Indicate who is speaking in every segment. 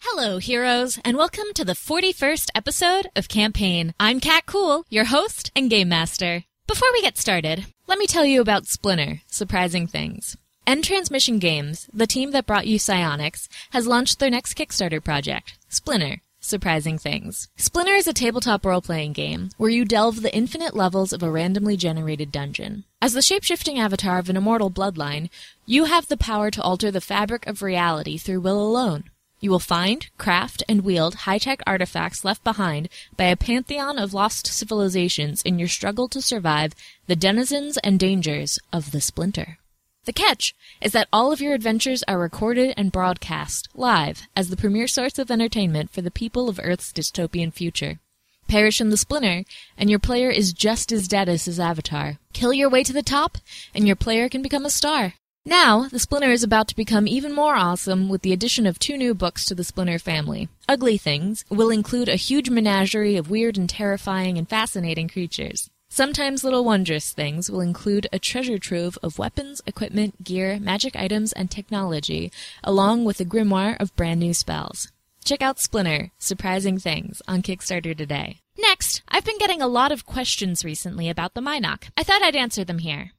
Speaker 1: Hello, heroes, and welcome to the 41st episode of Campaign. I'm Kat Cool, your host and game master. Before we get started, let me tell you about Splinter, Surprising Things. End Transmission Games, the team that brought you Psionics, has launched their next Kickstarter project, Splinter, Surprising Things. Splinter is a tabletop role playing game where you delve the infinite levels of a randomly generated dungeon. As the shape shifting avatar of an immortal bloodline, you have the power to alter the fabric of reality through will alone. You will find, craft, and wield high tech artifacts left behind by a pantheon of lost civilizations in your struggle to survive the denizens and dangers of the splinter. The catch is that all of your adventures are recorded and broadcast live as the premier source of entertainment for the people of Earth's dystopian future. Perish in the splinter, and your player is just as dead as his avatar. Kill your way to the top, and your player can become a star. Now, the Splinter is about to become even more awesome with the addition of two new books to the Splinter family. Ugly Things will include a huge menagerie of weird and terrifying and fascinating creatures. Sometimes Little Wondrous Things will include a treasure trove of weapons, equipment, gear, magic items, and technology, along with a grimoire of brand new spells. Check out Splinter, Surprising Things, on Kickstarter today. Next, I've been getting a lot of questions recently about the Minoc. I thought I'd answer them here.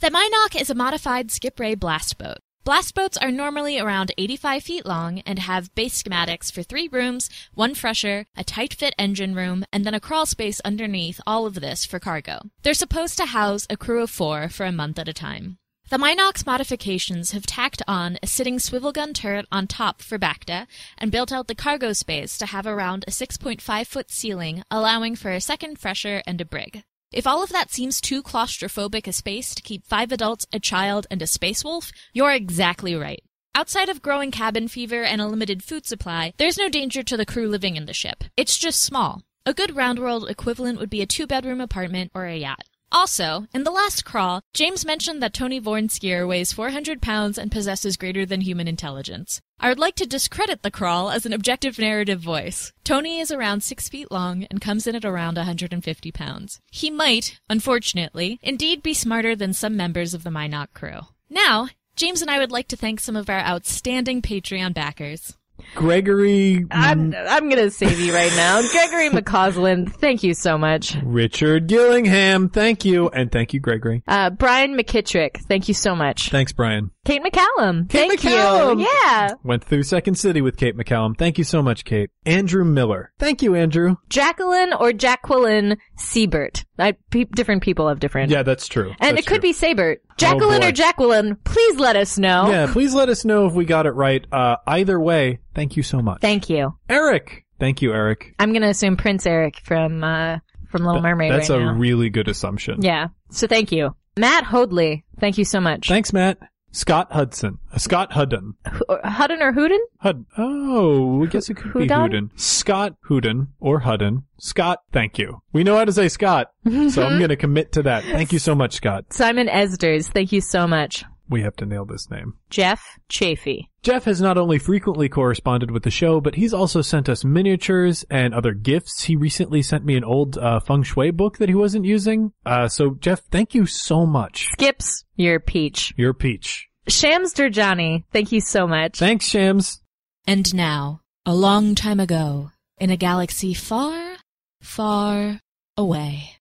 Speaker 1: The Minoc is a modified skip ray blast boat. Blast boats are normally around 85 feet long and have base schematics for three rooms, one fresher, a tight fit engine room, and then a crawl space underneath all of this for cargo. They're supposed to house a crew of four for a month at a time. The Minox modifications have tacked on a sitting swivel gun turret on top for Bacta and built out the cargo space to have around a 6.5 foot ceiling, allowing for a second fresher and a brig. If all of that seems too claustrophobic a space to keep five adults, a child, and a space wolf, you're exactly right. Outside of growing cabin fever and a limited food supply, there's no danger to the crew living in the ship. It's just small. A good round world equivalent would be a two bedroom apartment or a yacht. Also, in the last crawl, James mentioned that Tony Vornskier weighs 400 pounds and possesses greater than human intelligence. I would like to discredit the crawl as an objective narrative voice. Tony is around 6 feet long and comes in at around 150 pounds. He might, unfortunately, indeed be smarter than some members of the Minot crew. Now, James and I would like to thank some of our outstanding Patreon backers.
Speaker 2: Gregory,
Speaker 3: I'm
Speaker 2: Mm-hmm.
Speaker 3: I'm gonna save you right now, Gregory McCausland. Thank you so much,
Speaker 2: Richard Gillingham, thank you, and thank you, Gregory.
Speaker 3: uh, Brian McKittrick. Thank you so much,
Speaker 2: Thanks, Brian.
Speaker 3: Kate McCallum.
Speaker 2: Kate
Speaker 3: thank
Speaker 2: McCallum.
Speaker 3: you. Yeah,
Speaker 2: Went through Second City with Kate McCallum. Thank you so much, Kate. Andrew Miller, thank you, Andrew.
Speaker 3: Jacqueline or Jacqueline Siebert. I, pe- different people have different.
Speaker 2: Yeah, that's true.
Speaker 3: and
Speaker 2: That's
Speaker 3: it could
Speaker 2: true. Oh,
Speaker 3: be Sabert. Jacqueline
Speaker 2: boy.
Speaker 3: or Jacqueline. Please let us know.
Speaker 2: Yeah, please let us know if we got it right. Uh, either way, thank you so much,
Speaker 3: Thank you.
Speaker 2: Eric. Thank you, Eric.
Speaker 3: I'm gonna assume Prince Eric from uh, from Little Mermaid.
Speaker 2: That's
Speaker 3: right
Speaker 2: a
Speaker 3: now.
Speaker 2: really good assumption.
Speaker 3: yeah. So thank you, Matt Hoadley. Thank you so much.
Speaker 2: Thanks, Matt. Scott Hudson. Uh, Scott Hudden.
Speaker 3: H- Hudden or Hooden?
Speaker 2: Hud. Oh, I guess it could be
Speaker 3: Houdan?
Speaker 2: Hooden. Scott Hooden or Hudden. Scott, thank you. We know how to say Scott, so I'm going to commit to that. Thank you so much, Scott.
Speaker 3: Simon Esders. Thank you so much.
Speaker 2: We have to nail this name.
Speaker 3: Jeff Chafee.
Speaker 2: Jeff has not only frequently corresponded with the show, but he's also sent us miniatures and other gifts. He recently sent me an old uh, feng shui book that he wasn't using. Uh, so, Jeff, thank you so much.
Speaker 3: Skips your peach.
Speaker 2: Your peach.
Speaker 3: Shams Durjani, thank you so much.
Speaker 2: Thanks, Shams.
Speaker 1: And now, a long time ago, in a galaxy far, far away.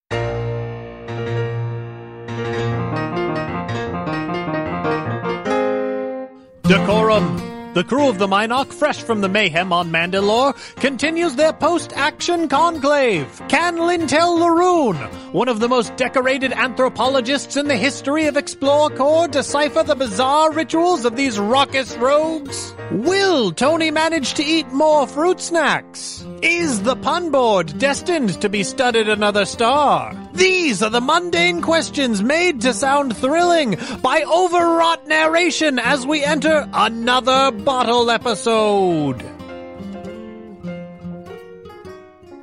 Speaker 4: Decorum! The crew of the Minoc, fresh from the mayhem on Mandalore, continues their post-action conclave. Can Lintel Laroon, one of the most decorated anthropologists in the history of Explore Corps, decipher the bizarre rituals of these raucous rogues? Will Tony manage to eat more fruit snacks? Is the pun board destined to be studded another star? These are the mundane questions made to sound thrilling by overwrought narration as we enter another bottle episode.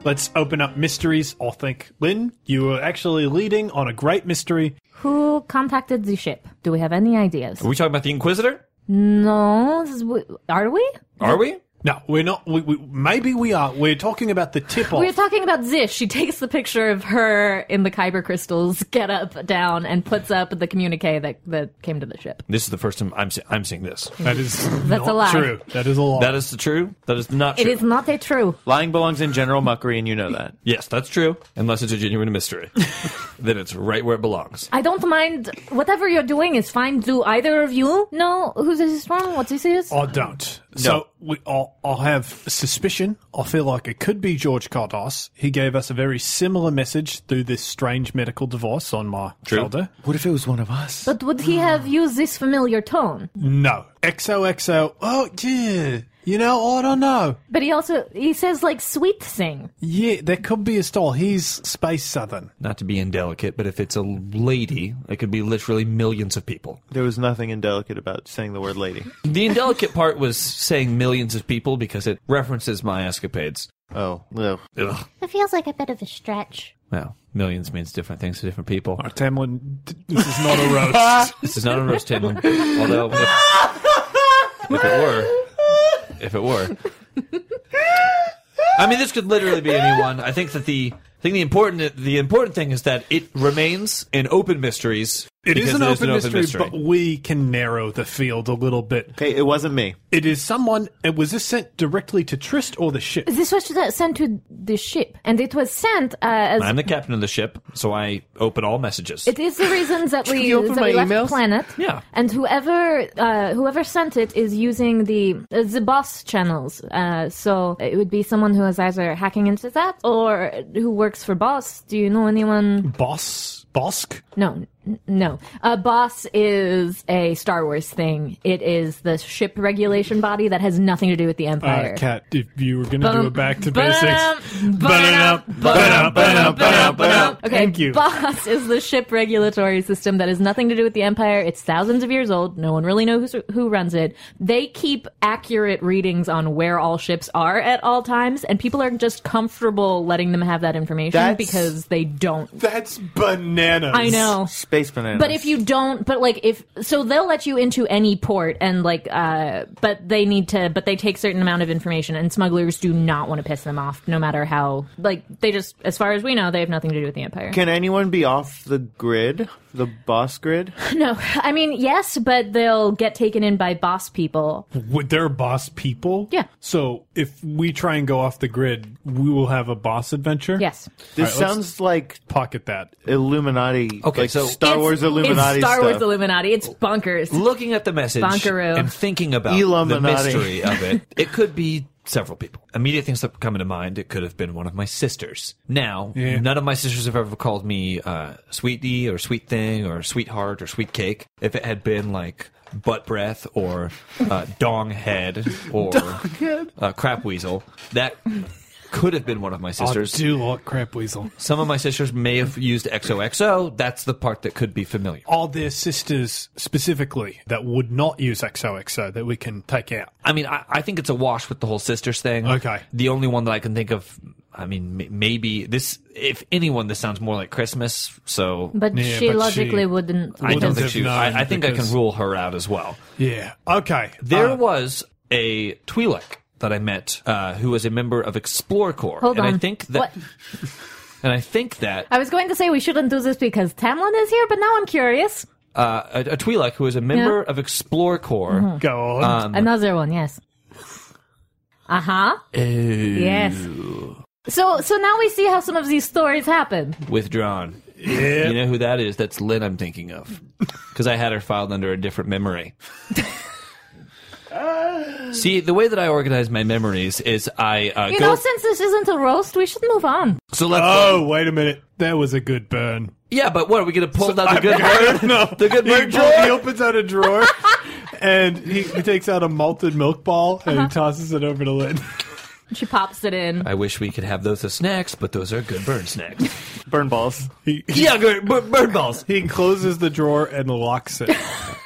Speaker 5: Let's open up mysteries. I'll think. Lynn, you are actually leading on a great mystery.
Speaker 6: Who contacted the ship? Do we have any ideas?
Speaker 7: Are we talking about the Inquisitor?
Speaker 6: No, this is- are we?
Speaker 7: Are we?
Speaker 2: No, we're not. We, we, maybe we are. We're talking about the tip off.
Speaker 1: We're talking about Zish. She takes the picture of her in the Kyber crystals, get up, down, and puts up the communique that, that came to the ship.
Speaker 7: This is the first time I'm se- I'm seeing this.
Speaker 2: that is
Speaker 1: That's
Speaker 2: not
Speaker 1: a lie.
Speaker 2: true. That is a lie.
Speaker 7: That is the true. That is not
Speaker 1: It
Speaker 7: true.
Speaker 1: is not a true.
Speaker 8: Lying belongs in general muckery, and you know that.
Speaker 7: Yes, that's true. Unless it's a genuine mystery, then it's right where it belongs.
Speaker 1: I don't mind. Whatever you're doing is fine. Do either of you know who this is from? What this is?
Speaker 2: I don't. So we, I'll, I'll have suspicion. I feel like it could be George Cardos. He gave us a very similar message through this strange medical device on my shoulder.
Speaker 8: What if it was one of us?
Speaker 1: But would he have
Speaker 8: Ah.
Speaker 1: used this familiar tone?
Speaker 2: No. XOXO. Oh, yeah. You know, I don't know.
Speaker 1: But he also he says like sweet thing.
Speaker 2: Yeah, that could be a style. He's space southern.
Speaker 7: Not to be indelicate, but if it's a lady, it could be literally millions of people.
Speaker 8: There was nothing indelicate about saying the word lady.
Speaker 7: The indelicate part was saying millions of people because it references my escapades.
Speaker 8: Oh, no.
Speaker 7: Ugh.
Speaker 9: It feels like a bit of a stretch.
Speaker 7: Well, millions means different things to different people.
Speaker 2: Oh, Tamlin, d- this is not a roast.
Speaker 7: This is not a roast Tamlin. Although, if, if it were, if it were, I mean, this could literally be anyone. I think that the I think the important the important thing is that it remains an open mysteries.
Speaker 2: It is
Speaker 7: because
Speaker 2: an
Speaker 7: it
Speaker 2: open, mystery, but we can narrow the field a little bit.
Speaker 8: Hey, it wasn't me.
Speaker 2: It is someone. It was this sent directly to Trist or the ship?
Speaker 1: This was sent to the ship, and it was sent uh, as
Speaker 7: I'm the captain of the ship, so I open all messages.
Speaker 1: It is the reason that we,
Speaker 8: you open
Speaker 1: that we
Speaker 8: my
Speaker 1: left
Speaker 8: emails?
Speaker 1: planet.
Speaker 7: Yeah.
Speaker 1: And whoever uh, whoever sent it is using the uh, the boss channels. Uh, so it would be someone who is either hacking into that or who works for boss. Do you know anyone?
Speaker 2: Boss, Bosk.
Speaker 1: No, n- no. Uh, boss is a Star Wars thing. It is the ship regulation body that has nothing to do with the Empire.
Speaker 2: Uh, Kat, if you were going to
Speaker 1: Bum,
Speaker 2: do a back to
Speaker 1: ba-dum,
Speaker 2: basics.
Speaker 1: ba-dum,
Speaker 2: Ba-dum, ba-dum, ba-dum, ba-dum, ba-dum.
Speaker 1: Okay,
Speaker 2: Thank you.
Speaker 1: BOSS is the ship regulatory system that has nothing to do with the Empire. It's thousands of years old. No one really knows who's- who runs it. They keep accurate readings on where all ships are at all times, and people are just comfortable letting them have that information
Speaker 8: That's-
Speaker 1: because they don't.
Speaker 2: That's bananas.
Speaker 1: I know.
Speaker 8: Space bananas.
Speaker 1: But if you don't, but like if so, they'll let you into any port, and like, uh, but they need to, but they take certain amount of information, and smugglers do not want to piss them off, no matter how. Like they just, as far as we know, they have nothing to do with the empire.
Speaker 8: Can anyone be off the grid? The boss grid?
Speaker 1: no, I mean yes, but they'll get taken in by boss people.
Speaker 2: With their boss people?
Speaker 1: Yeah.
Speaker 2: So if we try and go off the grid, we will have a boss adventure?
Speaker 1: Yes,
Speaker 8: This
Speaker 2: All right, let's-
Speaker 8: sounds like
Speaker 2: Pocket that.
Speaker 8: Illuminati.
Speaker 7: Okay,
Speaker 8: like
Speaker 7: so-
Speaker 8: Star
Speaker 1: It's-
Speaker 8: Wars Illuminati
Speaker 1: It's Star
Speaker 8: stuff.
Speaker 1: Wars Illuminati. It's bonkers.
Speaker 7: Looking at the message
Speaker 1: Bonkaroo.
Speaker 7: and thinking about the
Speaker 8: Illuminati.
Speaker 7: mystery of it, it could be several people. Immediate things that come into mind, it could have been one of my sisters. Now, none of my sisters have ever called me uh, sweetie or sweet thing or sweetheart or sweet cake. If it had been like butt breath or uh, dong head or Uh, crap weasel, that could have been one of my sisters.
Speaker 2: I do like Crap Weasel.
Speaker 7: Some of my sisters may have used XOXO. That's the part that could be familiar.
Speaker 2: Are there sisters specifically that would not use XOXO that we can take out?
Speaker 7: I mean, I, I think it's a wash with the whole sisters thing.
Speaker 2: Okay.
Speaker 7: The only one that I can think of, I mean, m- maybe this, if anyone, this sounds more like Christmas. So
Speaker 1: but
Speaker 2: Yeah,
Speaker 1: she
Speaker 2: but
Speaker 1: logically
Speaker 2: she-
Speaker 1: wouldn't.
Speaker 7: I don't
Speaker 2: wouldn't
Speaker 7: think
Speaker 2: have
Speaker 7: she,
Speaker 2: known
Speaker 7: I, I think I
Speaker 2: because-
Speaker 7: can rule her out as well.
Speaker 2: Yeah. Okay.
Speaker 7: There
Speaker 2: Uh,
Speaker 7: was a Twi'lek that I met uh, who was a member of Explore Corps.
Speaker 1: Hold
Speaker 7: and
Speaker 1: on.
Speaker 7: I think that,
Speaker 1: What?
Speaker 7: and I think that
Speaker 1: I was going to say we shouldn't do this because Tamlin is here, but now I'm curious.
Speaker 7: uh, a, a Twi'lek who is a member of Explore Corps.
Speaker 1: Mm-hmm.
Speaker 2: Go on.
Speaker 7: Um,
Speaker 1: Another one, yes. Uh huh. Yes. So, so now we see how some of these stories happen.
Speaker 7: Withdrawn. You know who that is? That's Lynn I'm thinking of. Because I had her filed under a different memory. See, the way that I organize my memories is I uh,
Speaker 1: You
Speaker 7: go.
Speaker 1: know, since this isn't a roast, we should move on.
Speaker 7: so let's.
Speaker 2: oh, wait a minute. That was a good burn.
Speaker 7: yeah, but what? Are we going to pull down the good bird?
Speaker 2: No,
Speaker 7: The good
Speaker 2: he,
Speaker 7: bird
Speaker 2: pull- He
Speaker 7: drawer?
Speaker 2: opens out a drawer and he, he takes out a malted milk ball and
Speaker 7: Uh-huh.
Speaker 2: he tosses it over to Lynn.
Speaker 1: She pops it in.
Speaker 7: I wish we could have those as snacks, but those are good burn snacks.
Speaker 8: Burn balls.
Speaker 2: He,
Speaker 7: yeah, good bird balls.
Speaker 2: he closes the drawer and locks it.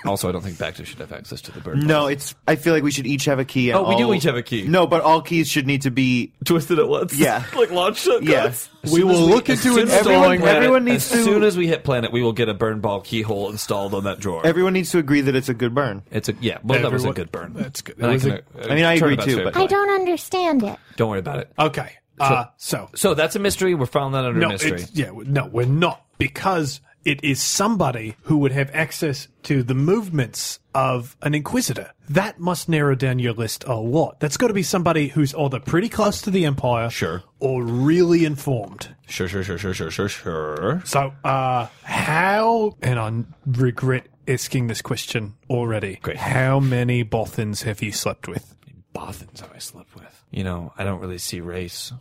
Speaker 7: Also, I don't think Bacta should have access to the bird.
Speaker 8: No, it's. I feel like we should each have a key. And
Speaker 7: Oh, we do
Speaker 8: all-
Speaker 7: each have a key.
Speaker 8: No, but all keys should need to be.
Speaker 7: twisted at once.
Speaker 8: Yeah.
Speaker 7: like launch shotguns.
Speaker 8: Yes.
Speaker 2: We will look into
Speaker 7: soon as
Speaker 8: installing-
Speaker 7: we hit planet,
Speaker 8: everyone needs
Speaker 7: as
Speaker 8: to-
Speaker 7: soon as we hit planet, we will get a burn ball keyhole installed on that drawer.
Speaker 8: Everyone needs to agree that it's a good burn.
Speaker 7: it's a yeah. Well, that was a
Speaker 2: Everyone-
Speaker 7: good burn.
Speaker 2: That's good.
Speaker 7: And
Speaker 2: It
Speaker 7: I,
Speaker 2: was
Speaker 7: can,
Speaker 2: a-
Speaker 7: uh,
Speaker 8: I mean, I
Speaker 7: turn
Speaker 8: agree
Speaker 7: about
Speaker 8: too,
Speaker 7: fair
Speaker 8: but-
Speaker 9: I
Speaker 7: play.
Speaker 9: don't understand it.
Speaker 7: don't worry about it.
Speaker 2: Okay. Uh, so,
Speaker 7: So that's a mystery. We're found that under
Speaker 2: no,
Speaker 7: mystery.
Speaker 2: it's, yeah, w- no, we're not because it is somebody who would have access to the movements of an inquisitor. That must narrow down your list a lot. That's got to be somebody who's either pretty close to the empire,
Speaker 7: Sure.
Speaker 2: or really informed.
Speaker 7: Sure, sure, sure, sure, sure, sure, sure.
Speaker 2: So, uh, how? And I regret asking this question already.
Speaker 7: Great.
Speaker 2: How many Bothans have you slept with?
Speaker 7: Bothans I slept with. You know, I don't really see race.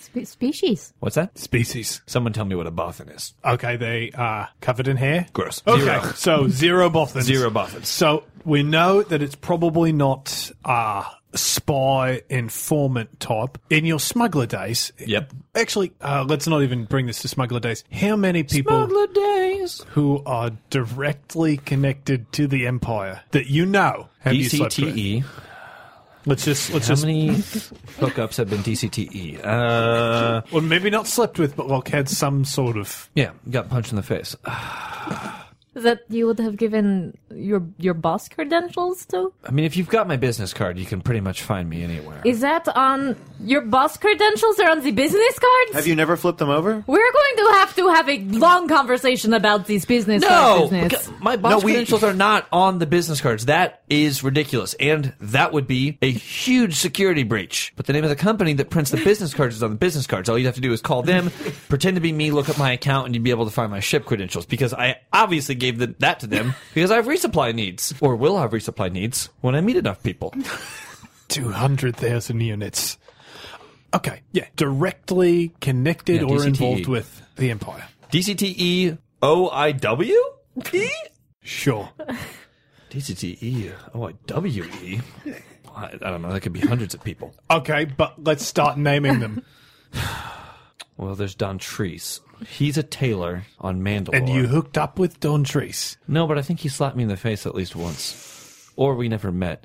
Speaker 1: Spe- species.
Speaker 7: What's that?
Speaker 2: Species.
Speaker 7: Someone tell me what a Bothan is.
Speaker 2: Okay, they are covered in hair.
Speaker 7: Gross.
Speaker 2: Okay,
Speaker 7: Zero.
Speaker 2: so zero Bothans.
Speaker 7: Zero Bothans.
Speaker 2: So we know that it's probably not uh, spy informant type. In your smuggler days,
Speaker 7: Yep.
Speaker 2: Actually, uh, let's not even bring this to smuggler days. How many people
Speaker 7: days.
Speaker 2: who are directly connected to the empire that you know have you slept with?
Speaker 7: DCTE.
Speaker 2: Let's just let's
Speaker 7: How
Speaker 2: just
Speaker 7: many hookups have been DCTE? Uh,
Speaker 2: well maybe not slept with, but like had some sort of
Speaker 7: yeah, got punched in the face.
Speaker 1: That you would have given your your boss credentials to?
Speaker 7: I mean, if you've got my business card, you can pretty much find me anywhere.
Speaker 1: Is that on your boss credentials or on the business cards?
Speaker 8: Have you never flipped them over?
Speaker 1: We're going to have to have a long conversation about these business
Speaker 7: no,
Speaker 1: card business.
Speaker 7: because my boss
Speaker 8: No, we-
Speaker 7: credentials are not on the business cards. That is ridiculous, and that would be a huge security breach. But the name of the company that prints the business cards is on the business cards. All you'd have to do is call them, pretend to be me, look up my account, and you'd be able to find my ship credentials because I obviously gave the, that to them because I have resupply needs or will have resupply needs when I meet enough people.
Speaker 2: two hundred thousand units. Okay, yeah, directly connected
Speaker 7: Yeah,
Speaker 2: or
Speaker 7: DCTE.
Speaker 2: involved with the empire.
Speaker 7: DCTE OIW? E?
Speaker 2: Sure.
Speaker 7: DCTE, OIWE. Well, E? I I don't know. That could be hundreds of people.
Speaker 2: Okay, but let's start naming them.
Speaker 7: Well, there's Don Treese. He's a tailor on Mandalore.
Speaker 2: and you hooked up with Don Treese.
Speaker 7: No, but I think he slapped me in the face at least once, or we never met.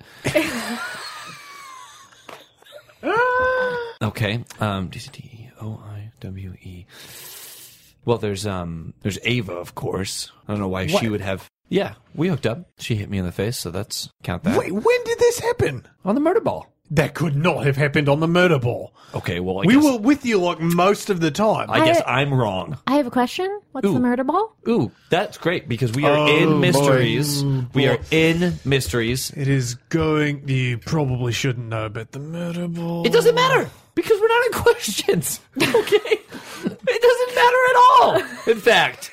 Speaker 7: okay. Um, DCTE, OIWE. E. Well, there's um, there's Ava, of course. I don't know why she would have. Yeah, we hooked up. She hit me in the face, so that's count that
Speaker 2: Wait, when did this happen?
Speaker 7: on the murder ball.
Speaker 2: That could not have happened on the murder ball.
Speaker 7: Okay, well, I
Speaker 2: we
Speaker 7: guess,
Speaker 2: were with you like most of the time.
Speaker 7: I guess I'm wrong.
Speaker 9: I have a question. What's
Speaker 7: Ooh.
Speaker 9: the murder ball?
Speaker 7: Ooh, that's great because we are
Speaker 2: Oh,
Speaker 7: in
Speaker 2: boy.
Speaker 7: mysteries. We
Speaker 2: boy.
Speaker 7: are in mysteries.
Speaker 2: it is going. You probably shouldn't know about the murder ball.
Speaker 7: It doesn't matter because we're not in questions. Okay? it doesn't matter at all. In fact,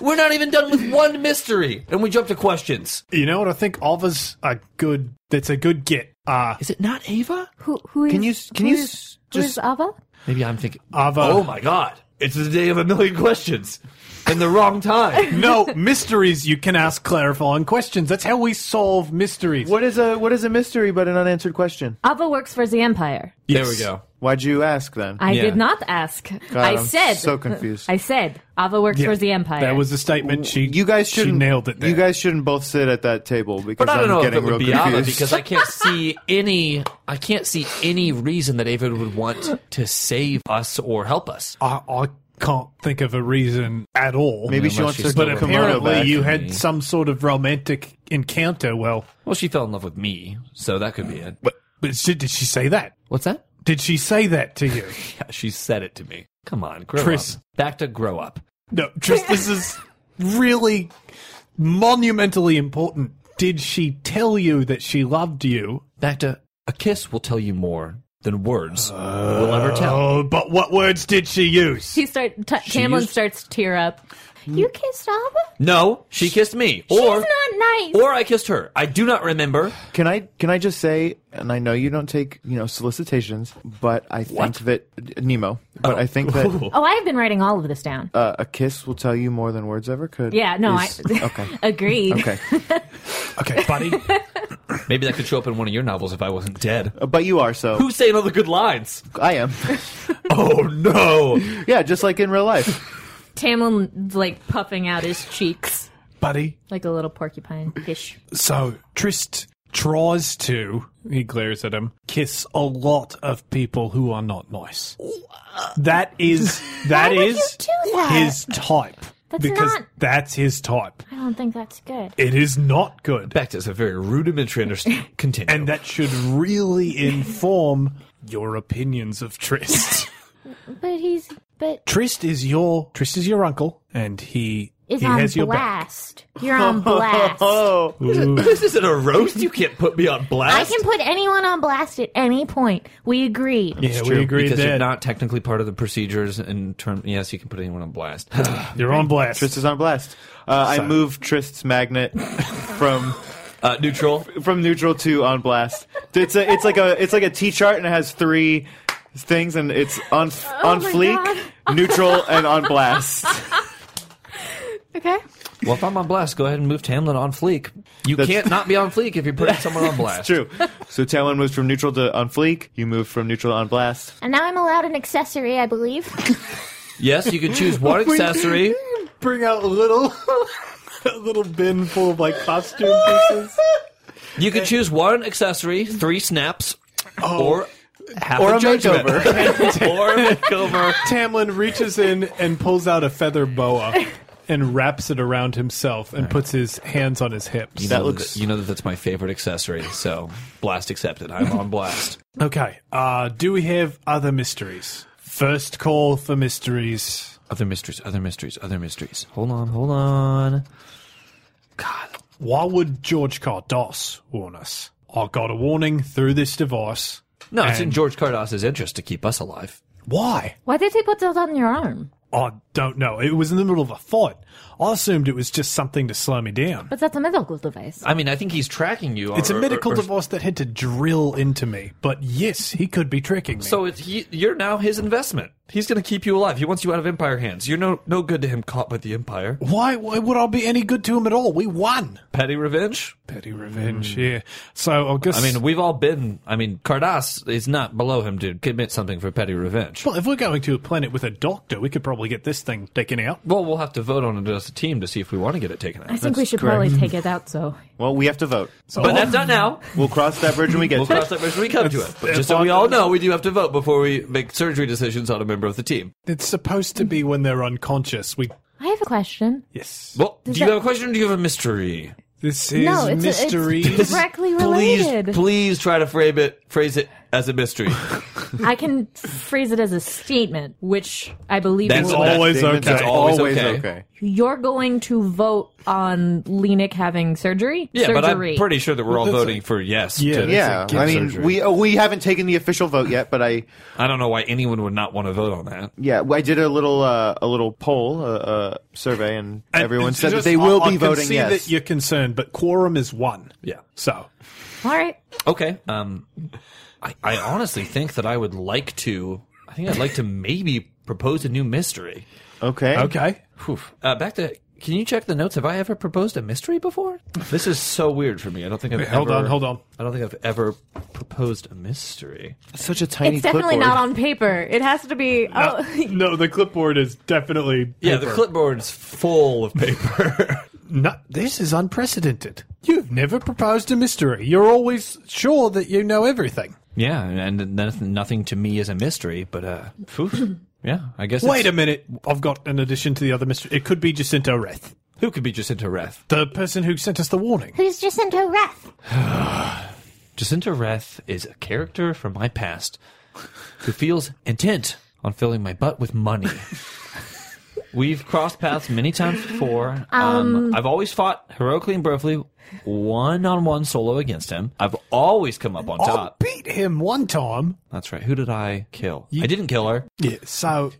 Speaker 7: we're not even done with one mystery and we jump to questions.
Speaker 2: You know what? I think Alva's a good. That's a good get. Uh,
Speaker 7: Is it not Ava?
Speaker 9: Who who is
Speaker 8: Can you s- can
Speaker 9: who
Speaker 8: you
Speaker 9: is-
Speaker 8: s-
Speaker 9: who is
Speaker 8: just-
Speaker 9: Ava?
Speaker 7: Maybe I'm thinking.
Speaker 2: Ava.
Speaker 7: oh my god. It's the day of a million questions and the wrong time.
Speaker 2: no mysteries. You can ask clarifying questions. That's how we solve mysteries.
Speaker 8: What is a what is a mystery but an unanswered question?
Speaker 1: Ava works for the Empire.
Speaker 7: There we go.
Speaker 8: Why'd you ask then?
Speaker 1: I
Speaker 7: Yeah.
Speaker 1: did not ask. I
Speaker 8: I'm
Speaker 1: said
Speaker 8: so confused.
Speaker 1: I said Ava works
Speaker 2: Yeah,
Speaker 1: for the Empire.
Speaker 2: That was a statement. She
Speaker 8: you guys
Speaker 2: she
Speaker 8: shouldn't
Speaker 2: nailed it. There.
Speaker 8: You guys shouldn't both sit at that table because
Speaker 7: But I don't
Speaker 8: am
Speaker 7: know if
Speaker 8: getting
Speaker 7: it would
Speaker 8: real
Speaker 7: be
Speaker 8: confused.
Speaker 7: Ava because I can't see any. I can't see any reason that Ava would want to save us or help us.
Speaker 2: I, I can't think of a reason at all.
Speaker 8: Maybe she
Speaker 7: Unless
Speaker 8: wants
Speaker 7: she's
Speaker 8: her
Speaker 7: still
Speaker 2: But
Speaker 7: Well,
Speaker 8: kimono
Speaker 2: apparently,
Speaker 8: back.
Speaker 2: you
Speaker 7: me.
Speaker 2: had some sort of romantic encounter. Well,
Speaker 7: Well, she fell in love with me, so that could be it.
Speaker 2: but, but she, did she say that?
Speaker 7: What's that?
Speaker 2: Did she say that to you?
Speaker 7: Yeah, she said it to me. Come on, grow
Speaker 2: Tris-
Speaker 7: up. Back to grow up.
Speaker 2: No, just this is really monumentally important. Did she tell you that she loved you?
Speaker 7: Back to a kiss will tell you more than words will ever tell.
Speaker 2: Oh, but what words did she use?
Speaker 1: He start. T- Tamlin
Speaker 7: used-
Speaker 1: starts to tear up.
Speaker 9: You kissed Ava?
Speaker 7: No, she kissed me, or
Speaker 9: She's not nice.
Speaker 7: or I kissed her. I do not remember.
Speaker 8: Can I can I just say, and I know you don't take you know solicitations, but I think that Nemo, but I think that
Speaker 1: Oh, I have been writing all of this down.
Speaker 8: uh, a kiss will tell you more than words ever could.
Speaker 1: yeah, no,
Speaker 8: is-
Speaker 1: I
Speaker 8: okay.
Speaker 1: agreed.
Speaker 8: Okay,
Speaker 2: Okay, buddy.
Speaker 7: Maybe that could show up in one of your novels if I wasn't dead.
Speaker 8: Uh, but you are so.
Speaker 7: Who's saying all the good lines?
Speaker 8: I am.
Speaker 7: Oh no!
Speaker 8: yeah, just like in real life.
Speaker 1: Tamlin like puffing out his cheeks.
Speaker 2: buddy.
Speaker 1: like a little porcupine fish.
Speaker 2: So Trist tries to, he glares at him, kiss a lot of people who are not nice. That is that
Speaker 9: would
Speaker 2: is
Speaker 9: you do that?
Speaker 2: his type.
Speaker 9: That's
Speaker 2: because
Speaker 9: not-
Speaker 2: that's his type.
Speaker 9: I don't think that's good.
Speaker 2: It is not good.
Speaker 7: Back to it's a very rudimentary understanding. Continue.
Speaker 2: And that should really inform your opinions of Trist.
Speaker 9: But he's but
Speaker 2: Trist is your Trist is your uncle and he
Speaker 9: is
Speaker 2: he
Speaker 9: on
Speaker 2: has your back.
Speaker 9: blast. You're on blast.
Speaker 7: Oh. this isn't a roast. You can't put me on
Speaker 9: I
Speaker 7: blast.
Speaker 9: can put anyone on blast at any point. We agreed.
Speaker 2: Yeah,
Speaker 7: It's
Speaker 2: we agree
Speaker 7: because you're
Speaker 2: that
Speaker 7: not technically part of the procedures. In term, yes, you can put anyone on blast. Uh,
Speaker 2: you're on blast.
Speaker 8: Trist is on blast. Uh, I move Trist's magnet from
Speaker 7: uh, neutral.
Speaker 8: from neutral to on blast. It's a it's like a it's like a T chart and it has three things and it's on on
Speaker 9: my
Speaker 8: fleek, neutral, and on blast.
Speaker 9: Okay.
Speaker 7: Well, if I'm on blast, go ahead and move Tamlin on fleek. You
Speaker 8: That's-
Speaker 7: can't not be on fleek if you're putting someone on blast.
Speaker 8: True. So Talon moves from neutral to on fleek. You move from neutral to on blast.
Speaker 9: And now I'm allowed an accessory, I believe.
Speaker 7: Yes, you can choose one accessory.
Speaker 2: bring out a little a little bin full of like costume pieces
Speaker 7: You can choose one accessory, three snaps, or half
Speaker 8: Oh. Or a
Speaker 7: judgment.
Speaker 8: makeover.
Speaker 7: or a makeover.
Speaker 2: tamlin reaches in and pulls out a feather boa and wraps it around himself and puts his hands on his hips
Speaker 7: You
Speaker 8: That
Speaker 7: know
Speaker 8: looks-
Speaker 7: you know that that's my favorite accessory. So blast accepted. I'm on blast.
Speaker 2: okay uh do we have other mysteries first call for mysteries
Speaker 7: Other mysteries, other mysteries, other mysteries. Hold on, hold on. God,
Speaker 2: why would george cardos warn us i got a warning through this device
Speaker 7: no, it's in
Speaker 2: And-
Speaker 7: George Cardas's interest to keep us alive.
Speaker 2: why
Speaker 1: Why did they put those on your arm?
Speaker 2: i don't know it was in the middle of a fight i assumed it was just something to slow me down
Speaker 1: But that's a medical device.
Speaker 7: I mean, I think he's tracking you.
Speaker 2: It's
Speaker 7: or-
Speaker 2: a
Speaker 7: or-
Speaker 2: medical
Speaker 7: or-
Speaker 2: device that had to drill into me, but yes, he could be tricking me.
Speaker 7: So it's he, you're now his investment. He's going to keep you alive. He wants you out of Empire hands. You're no no good to him. Caught by the Empire.
Speaker 2: why, why would I be any good to him at all? We won.
Speaker 7: Petty revenge.
Speaker 2: Petty revenge, yeah. So I guess.
Speaker 7: Hmm. I mean, we've all been. I mean, Cardass is not below him, dude. Commit something for petty revenge.
Speaker 2: well, if we're going to a planet with a doctor, we could probably get this thing taken out.
Speaker 7: Well, we'll have to vote on it as a team to see if we want to get it taken
Speaker 1: I
Speaker 7: out.
Speaker 1: think we should probably take it out. So
Speaker 8: Well, we have to vote.
Speaker 7: But that's not now.
Speaker 8: We'll cross that bridge when we get
Speaker 7: We'll
Speaker 8: to it.
Speaker 7: cross that bridge when we come to it. But just
Speaker 2: if
Speaker 7: so we
Speaker 2: I'm-
Speaker 7: all know, we do have to vote before we make surgery decisions on a member of the team.
Speaker 2: It's supposed to be when they're unconscious. We.
Speaker 1: I have a question.
Speaker 2: Yes.
Speaker 7: Well, do you
Speaker 1: that-
Speaker 7: have a question or do you have a mystery?
Speaker 2: This is
Speaker 1: no, it's,
Speaker 2: mystery.
Speaker 1: it's directly related.
Speaker 7: Please, please try to frame it, phrase it as a mystery.
Speaker 1: I can phrase it as a statement, which I believe
Speaker 7: That's
Speaker 1: will-
Speaker 7: all-
Speaker 2: always
Speaker 8: Damon's
Speaker 2: okay.
Speaker 7: always okay.
Speaker 1: you're going to vote on Lenik having surgery.
Speaker 7: Yeah,
Speaker 1: surgery.
Speaker 7: but I'm pretty sure that we're all
Speaker 2: Well, that's
Speaker 7: voting for yes.
Speaker 2: Yeah.
Speaker 7: to-
Speaker 8: Yeah,
Speaker 2: It's a
Speaker 8: I
Speaker 2: kid
Speaker 8: mean,
Speaker 7: surgery.
Speaker 8: we uh, we haven't taken the official vote yet, but I
Speaker 7: I don't know why anyone would not want to vote on that.
Speaker 8: yeah, I did a little uh, a little poll, uh, uh, survey, and
Speaker 2: And
Speaker 8: everyone
Speaker 2: it's
Speaker 8: said that
Speaker 2: just-
Speaker 8: they will
Speaker 2: I- I
Speaker 8: be
Speaker 2: can
Speaker 8: voting
Speaker 2: see
Speaker 8: yes.
Speaker 2: that you're concerned, but quorum is one.
Speaker 7: Yeah.
Speaker 2: So
Speaker 1: all right.
Speaker 7: Okay. Um, I, I honestly think that I would like to. I think I'd like to maybe propose a new mystery.
Speaker 8: okay,
Speaker 2: okay.
Speaker 7: Whew. Uh, back to. Can you check the notes? Have I ever proposed a mystery before? This is so weird for me. I don't think I've
Speaker 2: Wait, hold
Speaker 7: ever-
Speaker 2: on, hold on.
Speaker 7: I don't think I've ever proposed a mystery.
Speaker 8: That's such a tiny.
Speaker 1: it's definitely
Speaker 8: clipboard.
Speaker 1: not on paper. It has to be. Oh,
Speaker 2: No, the clipboard is definitely.
Speaker 7: Yeah, the
Speaker 2: paper.
Speaker 7: clipboard's full of paper.
Speaker 2: No, this is unprecedented. You've never proposed a mystery. You're always sure that you know everything.
Speaker 7: yeah, and and nothing- nothing to me is a mystery, but uh, phew. yeah, I guess.
Speaker 2: Wait
Speaker 7: it's-
Speaker 2: a minute. I've got an addition to the other mystery. It could be Jacinto Reth,
Speaker 7: who could be Jacinta Reth?
Speaker 2: the person who sent us the warning.
Speaker 9: Who's just into Reth?
Speaker 7: Jacinta Reth is a character from my past who feels intent on filling my butt with money. We've crossed paths many times before. Um, I've always fought heroically and bravely, one on one solo against him. I've always come up on
Speaker 2: I
Speaker 7: top.
Speaker 2: beat him one time.
Speaker 7: That's right. Who did I kill? I didn't kill her.
Speaker 2: Yeah, so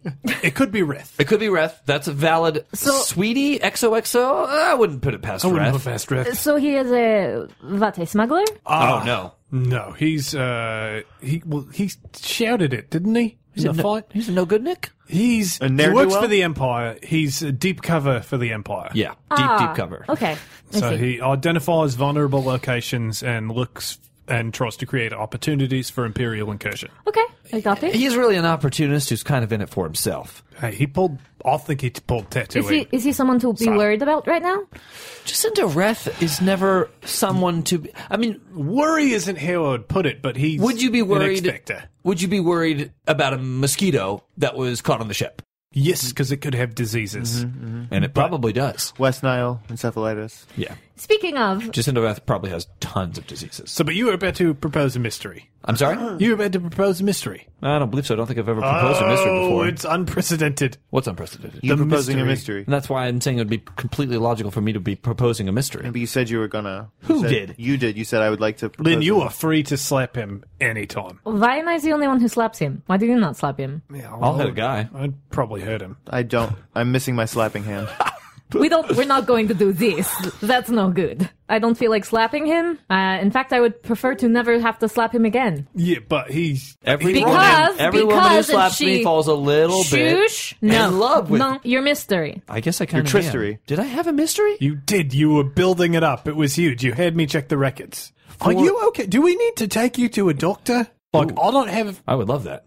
Speaker 2: it could be Reth.
Speaker 7: It could be Reth. That's a valid.
Speaker 1: So-
Speaker 7: sweetie, XOXO. I wouldn't put it past
Speaker 2: I wouldn't
Speaker 7: Reth.
Speaker 2: have asked Reth.
Speaker 1: so he is a what a smuggler.
Speaker 7: oh no.
Speaker 2: No, he's uh he well he shouted it, didn't he? In the fight,
Speaker 7: He's a no good Nick.
Speaker 2: he's
Speaker 8: A
Speaker 2: he works
Speaker 8: ne'er-do-well?
Speaker 2: for the Empire. He's a deep cover for the Empire.
Speaker 7: Yeah. Deep, deep cover.
Speaker 1: Ah, Okay. I
Speaker 2: So
Speaker 1: see.
Speaker 2: he identifies vulnerable locations and looks and tries to create opportunities for Imperial incursion.
Speaker 1: Okay, I got it.
Speaker 7: He's really an opportunist who's kind of in it for himself.
Speaker 2: Hey, he pulled. I think he pulled tattooing.
Speaker 1: Is he is he someone to be
Speaker 2: Sorry.
Speaker 1: worried about right now?
Speaker 7: Jacinda Reth is never someone to. Be, I mean,
Speaker 2: Worry isn't how I would put it, but he's
Speaker 7: would you be worried?
Speaker 2: An expector.
Speaker 7: Would you be worried about a mosquito that was caught on the ship?
Speaker 2: Yes, because it could have diseases.
Speaker 7: Mm-hmm. And it probably does.
Speaker 8: West Nile encephalitis.
Speaker 7: Yeah,
Speaker 1: Speaking of,
Speaker 7: Jacinda Reth probably has tons of diseases.
Speaker 2: So, but you were about to propose a mystery.
Speaker 7: I'm sorry.
Speaker 2: You were about to propose a mystery.
Speaker 7: I don't believe so. I don't think I've ever proposed a mystery
Speaker 2: oh,
Speaker 7: before.
Speaker 2: it's unprecedented.
Speaker 7: What's unprecedented?
Speaker 8: You're
Speaker 2: The
Speaker 8: proposing a
Speaker 2: mystery.
Speaker 8: mystery.
Speaker 7: And that's why I'm saying it would be completely logical for me to be proposing a mystery.
Speaker 8: But you said you were gonna. you
Speaker 7: Who
Speaker 8: said-
Speaker 7: did?
Speaker 8: You did. You said I would like to. propose
Speaker 2: Lynn, you
Speaker 8: a-
Speaker 2: are free to slap him anytime.
Speaker 1: why am I the only one who slaps him? Why did you not slap him?
Speaker 7: I'll
Speaker 8: oh.
Speaker 7: hit a guy.
Speaker 2: I'd probably hurt him.
Speaker 8: I don't. I'm missing my slapping hand.
Speaker 1: we don't we're not going to do this that's no good i don't feel like slapping him uh, in fact i would prefer to never have to slap him again
Speaker 2: Yeah, but he's
Speaker 7: Every
Speaker 1: Because-
Speaker 7: woman, every woman who
Speaker 1: because if
Speaker 7: slaps me
Speaker 1: she-
Speaker 7: falls a little bit.
Speaker 1: Shoosh. no
Speaker 7: in love with-
Speaker 1: no your mystery
Speaker 7: I guess I kind of
Speaker 8: Your tristery.
Speaker 7: Did I have a mystery?
Speaker 2: You did. You were building it up. It was huge. You had me check the records. Are you okay? Do we need to take you to a doctor? Like, I don't have.
Speaker 7: I would love that.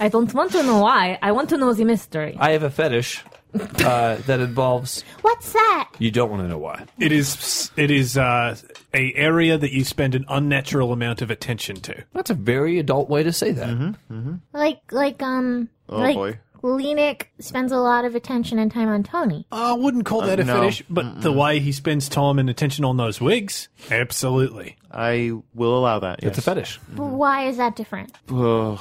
Speaker 1: i don't want to know why i want to know the mystery
Speaker 7: I have a fetish uh, that involves.
Speaker 9: What's that?
Speaker 7: You don't want to know why.
Speaker 2: It is. It is uh, a area that you spend an unnatural amount of attention to.
Speaker 7: That's a very adult way to say that.
Speaker 8: Mm-hmm.
Speaker 9: Like, like, um,
Speaker 8: Oh,
Speaker 9: like,
Speaker 8: boy.
Speaker 9: Lenik spends a lot of attention and time on Tony.
Speaker 2: I wouldn't call that a
Speaker 8: no.
Speaker 2: fetish, but the way he spends time and attention on those wigs, absolutely.
Speaker 8: I will allow that. Yes.
Speaker 7: It's a fetish.
Speaker 9: But why is that different?
Speaker 8: Ugh.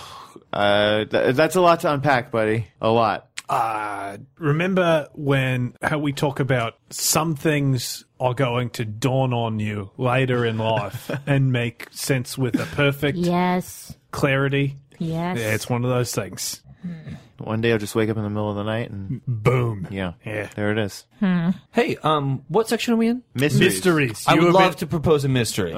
Speaker 8: uh, th- that's a lot to unpack, buddy. A lot.
Speaker 2: Uh, remember when how we talk about some things are going to dawn on you later in life and make sense with a perfect
Speaker 9: Yes.
Speaker 2: clarity.
Speaker 9: Yes.
Speaker 2: Yeah, it's one of those things.
Speaker 8: One day I'll just wake up in the middle of the night and
Speaker 2: Boom.
Speaker 8: yeah,
Speaker 2: Yeah.
Speaker 8: there it is.
Speaker 7: Hey, um, what section are we in?
Speaker 8: Mysteries.
Speaker 2: Mysteries.
Speaker 7: I
Speaker 2: You
Speaker 7: would
Speaker 2: have
Speaker 7: love
Speaker 2: been-
Speaker 7: to propose a mystery.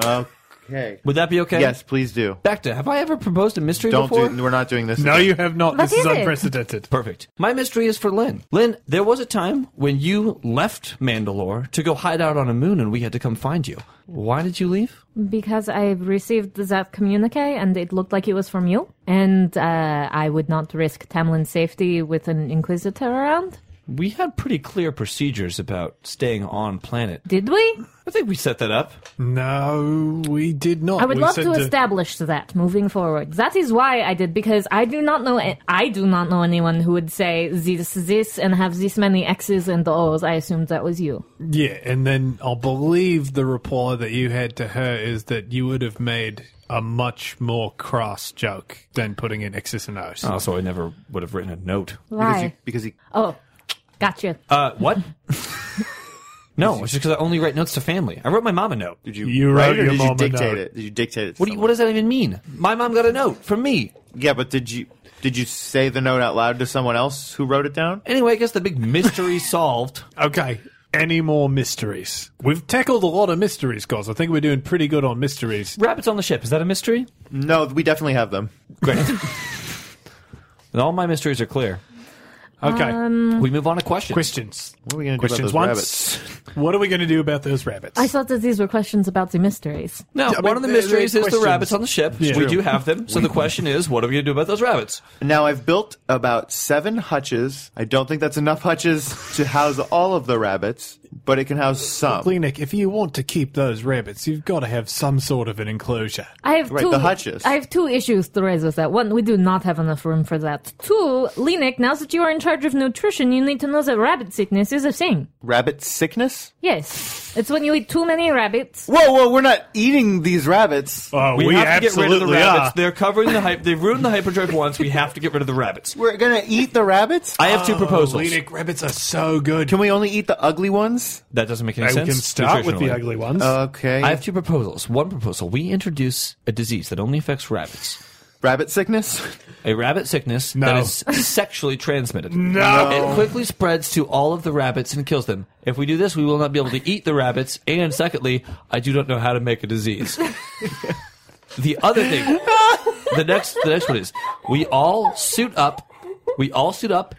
Speaker 8: Okay.
Speaker 7: would that be okay?
Speaker 8: Uh, Yes, please do.
Speaker 7: Becta, have I ever proposed a mystery
Speaker 8: Don't
Speaker 7: before?
Speaker 8: do. We're not doing this.
Speaker 2: No,
Speaker 8: again.
Speaker 2: you have not.
Speaker 1: What
Speaker 2: This is
Speaker 1: is it?
Speaker 2: unprecedented.
Speaker 7: Perfect. My mystery is for Lynn. Lynn, there was a time when you left Mandalore to go hide out on a moon and we had to come find you. Why did you leave?
Speaker 1: because i received that communique and it looked like it was from you and uh, i would not risk tamlin's safety with an inquisitor around
Speaker 7: We had pretty clear procedures about staying on planet.
Speaker 1: did we
Speaker 7: I think we set that up.
Speaker 2: No, we did not.
Speaker 1: I would
Speaker 2: We
Speaker 1: love
Speaker 2: said
Speaker 1: to establish that moving forward. That is why I did because I do not know I do not know anyone who would say this this and have this many X's and O's. I assumed that was you.
Speaker 2: Yeah, and then I believe the reply that you had to her is that you would have made a much more crass joke than putting in X's and O's.
Speaker 7: Also, I never would have written a note.
Speaker 8: because
Speaker 1: Why?
Speaker 8: he, because he
Speaker 1: oh, gotcha.
Speaker 7: Uh, what? no, it's just because I only write notes to family. I wrote my mom a note.
Speaker 8: did you,
Speaker 2: You
Speaker 8: write
Speaker 2: wrote
Speaker 8: it or
Speaker 2: your
Speaker 8: did
Speaker 2: mom
Speaker 8: you
Speaker 2: a
Speaker 8: dictate
Speaker 2: note.
Speaker 8: it? Did you dictate it? to
Speaker 7: What, do you, what does that even mean? My mom got a note from me.
Speaker 8: someone? Yeah, but did you did you say the note out loud to someone else who wrote it down?
Speaker 7: Anyway, I guess the big mystery solved.
Speaker 2: Okay. Any more mysteries? We've tackled a lot of mysteries, guys. I think we're doing pretty good on mysteries.
Speaker 7: Rabbits on the ship. Is that a mystery?
Speaker 8: No, we definitely have them.
Speaker 7: Great. and all my mysteries are clear.
Speaker 2: Okay.
Speaker 7: We move on to questions.
Speaker 2: Questions.
Speaker 8: What are we gonna do
Speaker 2: Questions
Speaker 8: about those
Speaker 2: once. What are we going to do about those rabbits?
Speaker 1: I thought that these were questions about the mysteries.
Speaker 7: Now,
Speaker 2: Yeah, I
Speaker 7: one
Speaker 2: mean,
Speaker 7: of the
Speaker 2: they're- they're
Speaker 7: mysteries is the
Speaker 2: questions.
Speaker 7: rabbits on the ship.
Speaker 2: Yeah.
Speaker 7: We
Speaker 2: True.
Speaker 7: do have them. So the question is, what are we going to do about those rabbits?
Speaker 8: Now I've built about seven hutches. I don't think that's enough hutches to house all of the rabbits, but it can house some.
Speaker 2: Gleenick, if you want to keep those rabbits, you've got to have some sort of an enclosure.
Speaker 1: I have
Speaker 8: Right,
Speaker 1: two
Speaker 8: the hutches.
Speaker 1: I have two issues to raise with that. One, we do not have enough room for that. Two, Lenik, now that you are in charge of nutrition, you need to know that rabbit sickness is a thing.
Speaker 8: Rabbit sickness?
Speaker 1: Yes. It's when you eat too many rabbits.
Speaker 8: Whoa, whoa! We're not eating these rabbits.
Speaker 2: Oh,
Speaker 7: We, have to get rid of the rabbits. They're covering the hype. They've ruined the hyperdrive once. We have to get rid of the rabbits.
Speaker 8: We're gonna eat the rabbits.
Speaker 7: I
Speaker 2: Oh,
Speaker 7: have two proposals.
Speaker 2: Gleenick, rabbits are so good.
Speaker 8: Can we only eat the ugly ones?
Speaker 7: That doesn't make any
Speaker 2: I
Speaker 7: sense.
Speaker 2: can start with the
Speaker 7: nutritionally.
Speaker 2: ugly ones.
Speaker 8: Okay.
Speaker 7: I have two proposals. One proposal: we introduce a disease that only affects rabbits,
Speaker 8: Rabbit sickness?
Speaker 7: a rabbit sickness
Speaker 2: No.
Speaker 7: that is sexually transmitted. No, it quickly spreads to all of the rabbits and kills them. If we do this, we will not be able to eat the rabbits. And secondly, I do not know how to make a disease. the other thing, the next, the next one is we all suit up. We all suit up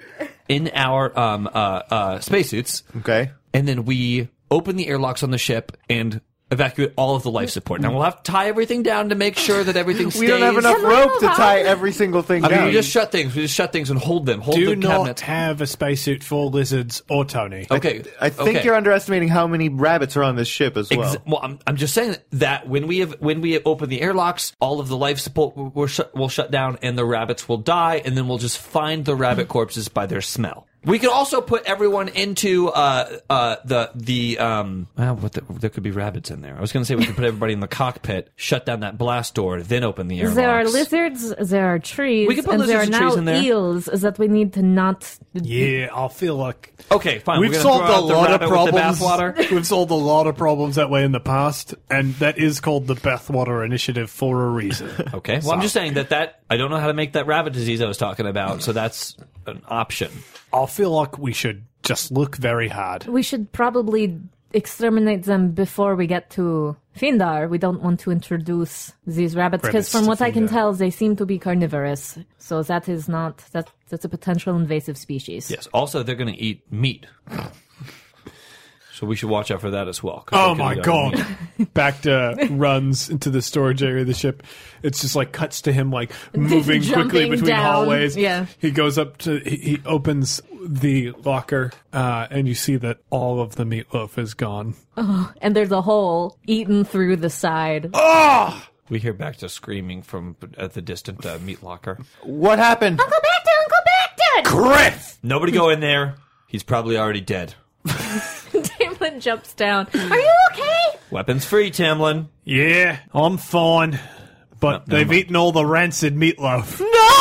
Speaker 7: in our um, uh, uh, spacesuits
Speaker 8: Okay.
Speaker 7: and then we open the airlocks on the ship and evacuate all of the life support. Now we'll have to tie everything down to make sure that everything stays.
Speaker 8: We don't have enough
Speaker 9: Can we move
Speaker 8: rope to tie every single thing
Speaker 7: I mean,
Speaker 8: down.
Speaker 7: we just shut things. We just shut things and hold them. Hold
Speaker 2: Do
Speaker 7: the
Speaker 2: not
Speaker 7: cabinet.
Speaker 2: have a spacesuit for lizards or Tony.
Speaker 8: Uh,
Speaker 7: okay.
Speaker 8: I think
Speaker 7: okay.
Speaker 8: you're underestimating how many rabbits are on this ship as well.
Speaker 7: Ex- well, I'm, I'm just saying that when we have when we have opened the airlocks, all of the life support will, will, shut, will shut down, and the rabbits will die, and then we'll just find the
Speaker 2: Hmm.
Speaker 7: rabbit corpses by their smell. We could also put everyone into uh, uh, the the um. Well, what the, there could be rabbits in there. I was going to say we could put everybody in the cockpit, shut down that blast door, then open the airlocks.
Speaker 1: There are lizards, there are trees,
Speaker 7: We can put
Speaker 1: and there are
Speaker 7: lizards and
Speaker 1: now
Speaker 7: trees in there.
Speaker 1: eels that we need to not.
Speaker 2: Yeah, I feel like
Speaker 7: Okay, fine.
Speaker 2: We've
Speaker 7: we're gonna
Speaker 2: solved
Speaker 7: throw
Speaker 2: a
Speaker 7: out the
Speaker 2: lot of
Speaker 7: rabbit
Speaker 2: problems.
Speaker 7: with The bathwater.
Speaker 2: We've solved a lot of problems that way in the past, and that is called the Bathwater Initiative for a reason.
Speaker 7: Okay. Well, I'm just saying that that I don't know how to make that rabbit disease I was talking about, so that's an option.
Speaker 2: I feel like we should just look very hard.
Speaker 1: We should probably exterminate them before we get to Findar. We don't want to introduce these rabbits because,
Speaker 2: Rabbits
Speaker 1: from
Speaker 2: to
Speaker 1: what I can
Speaker 2: Findar.
Speaker 1: tell, they seem to be carnivorous. So that is not that that's a potential invasive species.
Speaker 7: Yes. Also, they're going to eat meat, so we should watch out for that as well. 'cause
Speaker 2: Oh
Speaker 7: they could
Speaker 2: my
Speaker 7: eat our
Speaker 2: god!
Speaker 7: meat.
Speaker 2: Bacta runs into the storage area of the ship. It's just like cuts to him like moving quickly
Speaker 1: Jumping
Speaker 2: between
Speaker 1: down.
Speaker 2: hallways.
Speaker 1: Yeah.
Speaker 2: he goes up to he, he opens the locker, uh, and you see that all of the meatloaf is gone.
Speaker 1: And there's a hole eaten through the side.
Speaker 7: Oh! We hear back to screaming from at the distant uh, meat locker.
Speaker 8: what happened?
Speaker 9: Uncle Bacta, Uncle Bacta!
Speaker 7: Nobody go in there. He's probably already dead.
Speaker 1: Tamlin jumps down.
Speaker 9: Are you okay?
Speaker 7: Weapons free, Tamlin.
Speaker 2: Yeah, I'm fine, but they've eaten all the rancid meatloaf.
Speaker 7: No.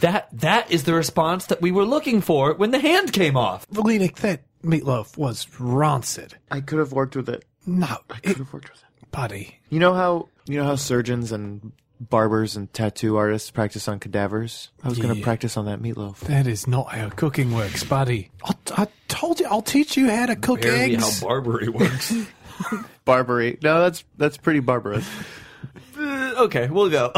Speaker 7: That that is the response that we were looking for when the hand came off.
Speaker 2: Valinik, that meatloaf was rancid.
Speaker 8: I could have worked with it.
Speaker 2: No,
Speaker 8: Could
Speaker 2: it,
Speaker 8: have worked with it.
Speaker 2: buddy.
Speaker 8: You know how you know how surgeons and barbers and tattoo artists practice on cadavers. I was going to practice on that meatloaf.
Speaker 2: That is not how cooking works, buddy. I, I told you, I'll teach you how to cook
Speaker 7: Barely how
Speaker 2: eggs.
Speaker 7: Barbary works.
Speaker 8: Barbary. No, that's that's pretty barbarous.
Speaker 7: okay, we'll go.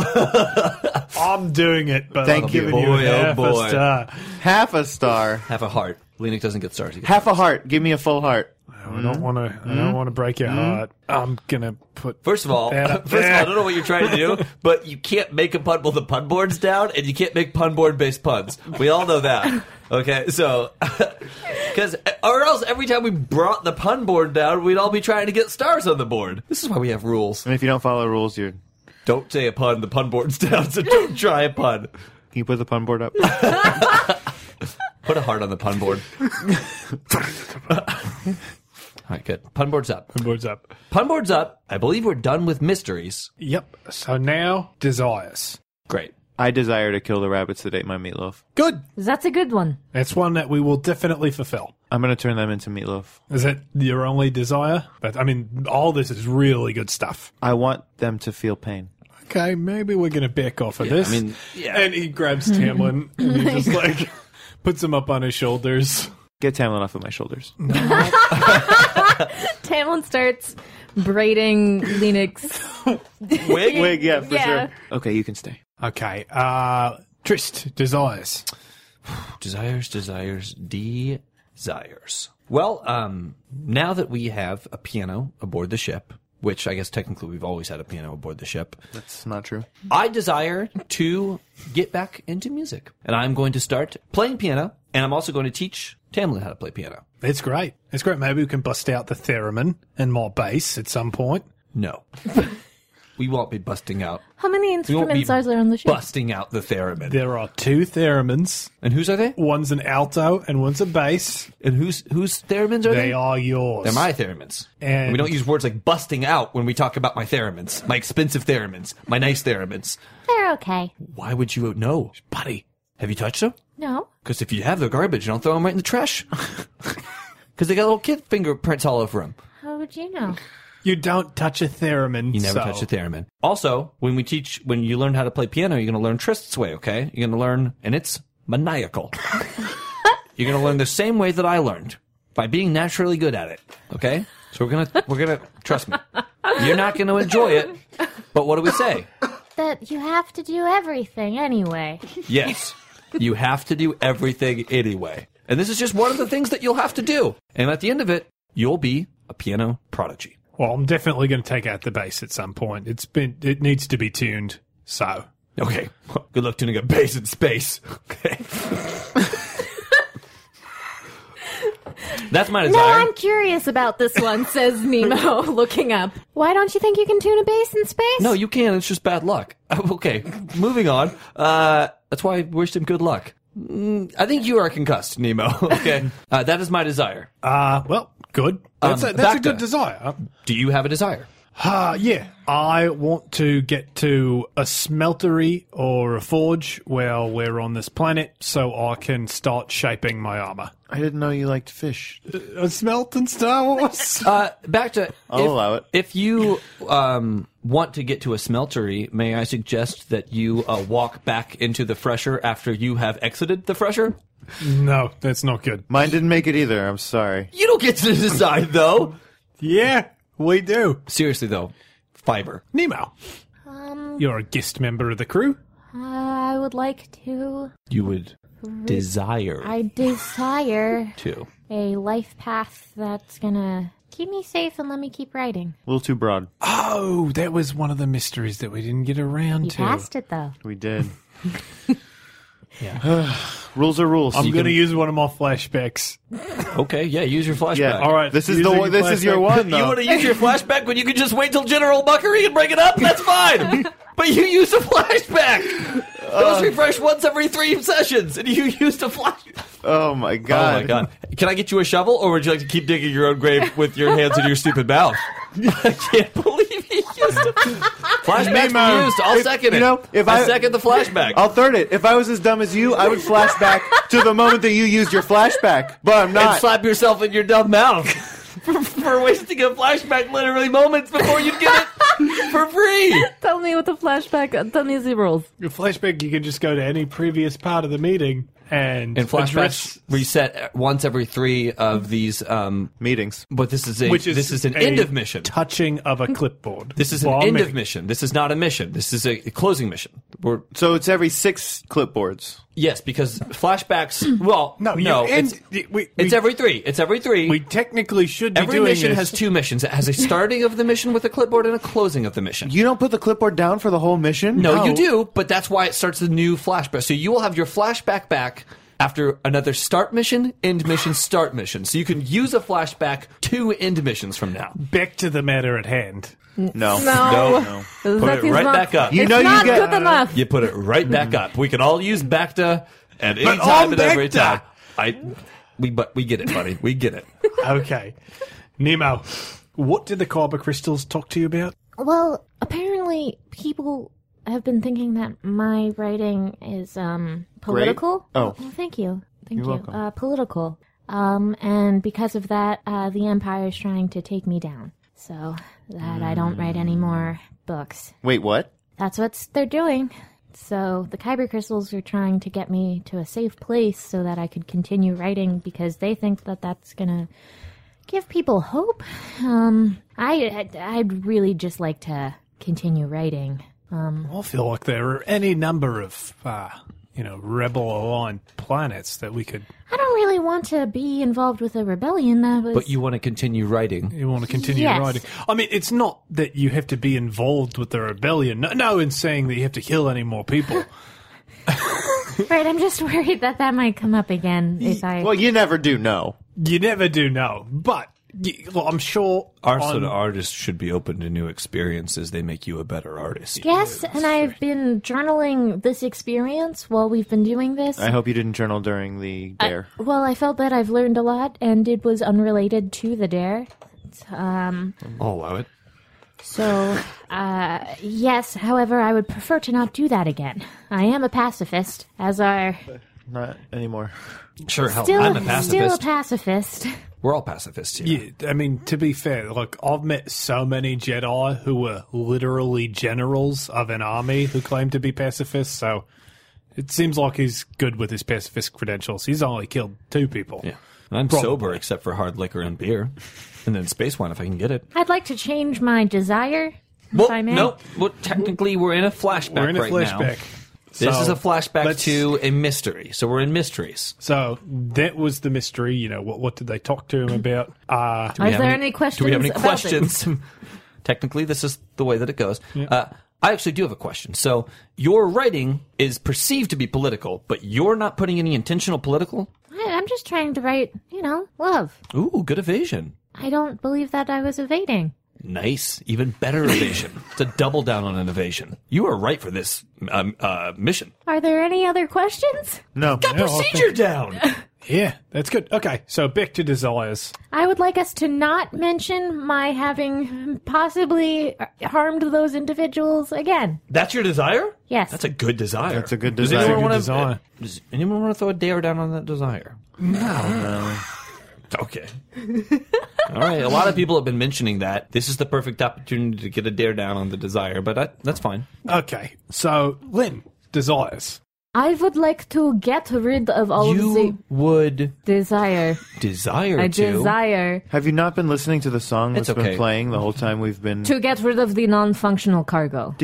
Speaker 2: I'm doing it, but
Speaker 8: Thank
Speaker 2: I'm
Speaker 8: you.
Speaker 2: giving you
Speaker 7: Boy, oh
Speaker 2: half a
Speaker 7: boy.
Speaker 2: star.
Speaker 8: Half a star.
Speaker 7: Have a heart. Lennox doesn't get stars. He gets-
Speaker 8: Half a heart. Give me a full heart.
Speaker 2: I don't want to. I don't want to break your heart. I'm gonna put.
Speaker 7: First of all,
Speaker 2: That up
Speaker 7: first of all, I
Speaker 2: there.
Speaker 7: don't know what you're trying to do, but you can't make a pun while the pun board's down, and you can't make pun board based puns. We all know that. Okay, so because or else every time we brought the pun board down, we'd all be trying to get stars on the board. This is why we have rules.
Speaker 8: And if you don't follow the rules, you're can
Speaker 7: Don't say a pun. The pun board's down, so don't try a pun.
Speaker 8: you put the pun board up?
Speaker 7: Put a heart on the pun board. all right, good. Pun board's up.
Speaker 2: Words up.
Speaker 7: Pun board's up. I believe we're done with mysteries.
Speaker 2: Yep. So now desires.
Speaker 7: Great.
Speaker 8: I desire to kill the rabbits that ate my meatloaf.
Speaker 2: Good.
Speaker 1: That's a good one.
Speaker 2: That's one that we will definitely fulfill.
Speaker 8: I'm going to turn them into meatloaf.
Speaker 2: Is that your only desire? But I mean, all this is really good stuff.
Speaker 8: I want them to feel pain.
Speaker 2: Okay, maybe we're gonna back off of this.
Speaker 7: I mean, yeah.
Speaker 2: And he grabs Tamlin and he just like puts him up on his shoulders.
Speaker 8: Get Tamlin off of my shoulders.
Speaker 1: Tamlin starts braiding Lenix.
Speaker 7: Wig.
Speaker 8: Wig, yeah, for
Speaker 1: Yeah.
Speaker 8: sure. Okay, you can stay.
Speaker 2: Okay. Uh Trist desires.
Speaker 7: desires, desires, desires. Well, um, now that we have a piano aboard the ship, which I guess technically we've always had a piano aboard the ship,
Speaker 8: That's not true.
Speaker 7: I desire to get back into music. And I'm going to start playing piano, and I'm also going to teach Tamlin how to play piano.
Speaker 2: It's great. It's great. Maybe we can bust out the theremin and more bass at some point.
Speaker 7: No. we won't be busting out.
Speaker 1: How many
Speaker 7: We won't be
Speaker 1: instruments are there on the ship?
Speaker 7: busting out the theremin.
Speaker 2: There are two theremins.
Speaker 7: And who's are they?
Speaker 2: One's an alto and one's a bass.
Speaker 7: And whose whose theremins are they?
Speaker 2: They are yours.
Speaker 7: They're my theremins.
Speaker 2: And-
Speaker 7: we don't use words like busting out when we talk about my theremins, my expensive theremins, my nice theremins.
Speaker 9: They're okay.
Speaker 7: Why would you know? Buddy, have you touched them?
Speaker 9: No.
Speaker 7: Because if you have, they're garbage. Don't throw them right in the trash. Because they got little kid fingerprints all over them.
Speaker 9: How would you know?
Speaker 2: You don't touch a theremin.
Speaker 7: You never
Speaker 2: so-
Speaker 7: touch a theremin. Also, when we teach, when you learn how to play piano, you're going to learn Trist's way, okay? You're going to learn, and it's maniacal. you're going to learn the same way that I learned by being naturally good at it, okay? So we're going to, we're going to, trust me. You're not going to enjoy it, but what do we say?
Speaker 9: That you have to do everything anyway.
Speaker 7: Yes. You have to do everything anyway. And this is just one of the things that you'll have to do. And at the end of it, you'll be a piano prodigy.
Speaker 2: Well, I'm definitely going to take out the bass at some point. It's been it needs to be tuned. So
Speaker 7: Okay. Good luck tuning a bass in space. Okay. That's my
Speaker 1: No,
Speaker 7: desire.
Speaker 1: I'm curious about this one, says Nemo, looking up.
Speaker 9: Why don't you think you can tune a bass in space?
Speaker 7: No, you can. It's just bad luck. Okay, moving on. Uh, that's why I wished him good luck. Mm, I think you are concussed, Nemo. okay, uh, that is my desire.
Speaker 2: uh well, good. That's a that's a
Speaker 7: back to-
Speaker 2: good desire.
Speaker 7: Do you have a desire?
Speaker 2: Uh, yeah, I want to get to a smeltery or a forge while we're on this planet so I can start shaping my armor.
Speaker 8: I didn't know you liked fish.
Speaker 2: A smelt in Star Wars?
Speaker 7: Uh, back to
Speaker 8: I'll
Speaker 7: if,
Speaker 8: allow it.
Speaker 7: If you um, want to get to a smeltery, may I suggest that you uh, walk back into the fresher after you have exited the fresher?
Speaker 2: no, that's not good.
Speaker 8: Mine didn't make it either. I'm sorry.
Speaker 7: You don't get to decide, though.
Speaker 2: Yeah, we do.
Speaker 7: Seriously, though, fiber.
Speaker 2: Nemo. You're a guest member of the crew.
Speaker 9: Um, I would like to.
Speaker 7: You would desire
Speaker 9: I desire
Speaker 7: to.
Speaker 9: a life path that's gonna keep me safe and let me keep writing.
Speaker 8: A little too broad.
Speaker 2: Oh, that was one of the mysteries that we didn't get around
Speaker 9: You passed it though.
Speaker 8: We did. rules are rules.
Speaker 2: I'm going to use one of my flashbacks.
Speaker 7: Okay, yeah, uh, use your flashback.
Speaker 8: yeah.
Speaker 2: All right,
Speaker 8: This is the
Speaker 2: using
Speaker 8: one. This is your
Speaker 2: flashback.
Speaker 8: one.
Speaker 7: You
Speaker 8: Though.
Speaker 7: want to use your flashback when you could just wait till General Buckery and bring it up? That's fine. but you used a flashback. Those refresh once every three sessions, and you used a flashback.
Speaker 8: oh my
Speaker 7: Oh
Speaker 8: god.
Speaker 7: my god! Can I get you a shovel, or would you like to keep digging your own grave with your hands in your stupid mouth? I can't believe he used a flashback.
Speaker 8: Nemo.
Speaker 7: Used. I'll
Speaker 8: If-
Speaker 7: second it.
Speaker 8: you know, if
Speaker 7: I, Oh,
Speaker 8: I-
Speaker 7: second the flashback,
Speaker 8: I'll third it. If I was as dumb as you, I would flash back to the moment that you used your flashback. But I'm
Speaker 7: and
Speaker 8: not.
Speaker 7: slap yourself in your dumb mouth for, for wasting a flashback literally moments before you get it for free.
Speaker 1: Tell me what the flashback, tell me the rules.
Speaker 2: Your flashback, you can just go to any previous part of the meeting and,
Speaker 7: And flashbacks
Speaker 2: address-
Speaker 7: reset once every three of these. Um,
Speaker 8: Meetings.
Speaker 7: but this is a
Speaker 2: which is
Speaker 7: this is an
Speaker 2: a
Speaker 7: end of mission.
Speaker 2: touching of a clipboard.
Speaker 7: This is an
Speaker 2: While
Speaker 7: end of
Speaker 2: meeting.
Speaker 7: mission. This is not a mission. This is a closing mission. We're,
Speaker 8: So it's every six clipboards.
Speaker 7: yes, because flashbacks. Well,
Speaker 2: No,
Speaker 7: no,
Speaker 2: you
Speaker 7: no.
Speaker 2: end- y-
Speaker 7: it's,
Speaker 2: we-
Speaker 7: it's
Speaker 2: we-
Speaker 7: every three. It's every three.
Speaker 2: We technically should be
Speaker 7: every
Speaker 2: doing
Speaker 7: mission
Speaker 2: this.
Speaker 7: has two missions. It has a starting of the mission with a clipboard and a closing of the mission.
Speaker 8: You don't put the clipboard down for the whole mission?
Speaker 7: No, you do, but that's why it starts a new flashback. So you will have your flashback back after another start mission, end mission, start mission. So you can use a flashback to end missions from now.
Speaker 2: Back to the matter at hand.
Speaker 8: No.
Speaker 1: No.
Speaker 8: No.
Speaker 7: Put it right back up.
Speaker 8: You
Speaker 1: it's
Speaker 8: know you
Speaker 1: not
Speaker 8: get-
Speaker 1: good enough.
Speaker 7: You put it right back up. We can all use Bacta at any
Speaker 2: But
Speaker 7: time
Speaker 2: on
Speaker 7: and every
Speaker 2: Bacta.
Speaker 7: time. I we but we get it, buddy. We get it.
Speaker 2: Okay. Nemo, what did the Kyber crystals talk to you about?
Speaker 9: Well, apparently people have been thinking that my writing is um political.
Speaker 8: Oh.
Speaker 9: Well, thank you. Thank
Speaker 8: You're
Speaker 9: you.
Speaker 8: welcome.
Speaker 9: Uh political. Um and because of that, uh the empire is trying to take me down. So that I don't write
Speaker 8: Mm.
Speaker 9: any more books.
Speaker 8: Wait, what?
Speaker 9: That's what they're doing. So the Kyber crystals are trying to get me to a safe place so that I could continue writing because they think that that's gonna give people hope. Um, I I'd, I'd really just like to continue writing.
Speaker 2: I feel like there are any number of, uh, you know, rebel-aligned planets that we could.
Speaker 9: I don't really want to be involved with a rebellion. That was
Speaker 7: But you want to continue writing.
Speaker 2: You want to continue
Speaker 9: Yes.
Speaker 2: writing? I mean, it's not that you have to be involved with the rebellion. No, no, in saying that you have to kill any more people.
Speaker 9: right. I'm just worried that that might come up again if I.
Speaker 8: Well, you never do know.
Speaker 2: you never do know, but y well, I'm sure. on-
Speaker 7: artists should be open to new experiences. They make you a better artist.
Speaker 9: Yes, and I've been journaling this experience while we've been doing this.
Speaker 8: I hope you didn't journal during the dare.
Speaker 9: Well, I felt that I've learned a lot, and it was unrelated to the dare.
Speaker 7: I'll allow it.
Speaker 9: So, uh, yes, however, I would prefer to not do that again. I am a pacifist, as are
Speaker 8: Not anymore.
Speaker 7: Sure, hell,
Speaker 9: still,
Speaker 7: I'm a pacifist.
Speaker 9: still a pacifist.
Speaker 7: We're all pacifists here.
Speaker 2: Yeah, I mean, to be fair, like I've met so many Jedi who were literally generals of an army who claim to be pacifists. So it seems like he's good with his pacifist credentials. He's only killed two people.
Speaker 7: Yeah. And I'm
Speaker 2: Probably.
Speaker 7: sober except for hard liquor and beer. And then space wine if I can get it.
Speaker 9: I'd like to change my desire.
Speaker 7: Well,
Speaker 9: I may.
Speaker 7: no. Well, technically, we're in a flashback
Speaker 2: We're in a
Speaker 7: right now.
Speaker 2: flashback.
Speaker 7: This
Speaker 2: So,
Speaker 7: is a flashback
Speaker 2: let's-
Speaker 7: to a mystery. So we're in mysteries.
Speaker 2: So that was the mystery. You know, what what did they talk to him about? Uh,
Speaker 7: Do we
Speaker 1: Is
Speaker 7: have
Speaker 1: there any questions
Speaker 7: Do we have any
Speaker 1: about
Speaker 7: questions? Technically, this is the way that it goes. Uh, I actually do have a question. So, your writing is perceived to be political, but you're not putting any intentional political.
Speaker 9: I, I'm just trying to write, you know, love.
Speaker 7: Ooh, good evasion.
Speaker 9: I don't believe that I was evading.
Speaker 7: Nice, even better evasion. it's a double down on innovation. You are right for this um, uh, mission.
Speaker 9: Are there any other questions?
Speaker 8: No.
Speaker 7: Procedure down.
Speaker 2: oh, yeah, that's good. Okay, so back to desires.
Speaker 9: I would like us to not mention my having possibly harmed those individuals again.
Speaker 7: That's your desire.
Speaker 9: Yes.
Speaker 7: that's a good desire.
Speaker 8: That's a good
Speaker 7: Does
Speaker 8: desire.
Speaker 7: anyone
Speaker 8: Good
Speaker 7: wanna- uh,
Speaker 2: desire.
Speaker 7: Does anyone want to throw a dare down on that desire? Okay. All right. A lot of people have been mentioning that. This is the perfect opportunity to get a dare down on the desire, but I, that's fine.
Speaker 2: Okay, so Lynn, desires.
Speaker 9: I would like to get rid of all of
Speaker 7: You would
Speaker 9: the desire.
Speaker 7: desire
Speaker 1: I
Speaker 7: to.
Speaker 1: desire
Speaker 8: Have you not been listening to the song that's
Speaker 7: It's okay.
Speaker 8: been playing the whole time we've been?
Speaker 1: to get rid of the non-functional cargo.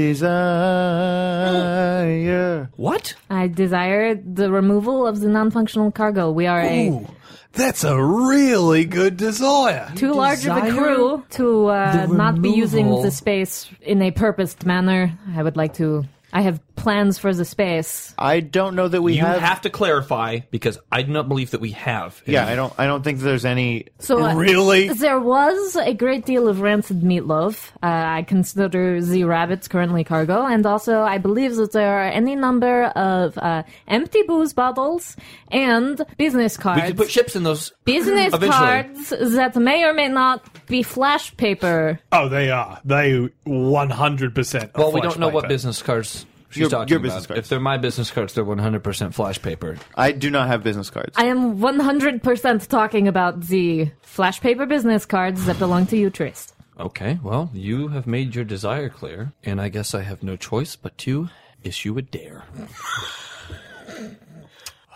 Speaker 8: Desire.
Speaker 7: What?
Speaker 1: I desire the removal of the non-functional cargo. We are a
Speaker 2: Ooh, that's a really good desire.
Speaker 1: too large of a
Speaker 7: desire
Speaker 1: crew to uh,
Speaker 7: the
Speaker 1: not be using
Speaker 7: removal-
Speaker 1: the space in a purposed manner. I would like to. I have plans for the space.
Speaker 8: I don't know that we
Speaker 7: You
Speaker 8: have.
Speaker 7: have, to clarify because I do not believe that we have.
Speaker 8: yeah, I don't. I don't think there's any.
Speaker 1: So uh,
Speaker 2: Really?
Speaker 1: there was a great deal of rancid meatloaf. Uh, I consider the rabbits currently cargo, and also I believe that there are any number of uh, empty booze bottles and business
Speaker 7: We
Speaker 1: cards.
Speaker 7: could put ships in those.
Speaker 1: business
Speaker 7: Eventually.
Speaker 1: cards that may or may not be flash paper.
Speaker 2: Oh, they are. They 100%. are
Speaker 7: Well, we don't
Speaker 2: flash
Speaker 7: know what
Speaker 2: paper.
Speaker 7: business cards she's
Speaker 8: Your-
Speaker 7: talking
Speaker 8: your
Speaker 7: about.
Speaker 8: business cards.
Speaker 7: If they're my business cards, they're 100% flash paper.
Speaker 8: I do not have business cards.
Speaker 1: I am 100% talking about the flash paper business cards that belong to you, Trist.
Speaker 7: Okay, well, you have made your desire clear, and I guess I have no choice but to issue a dare.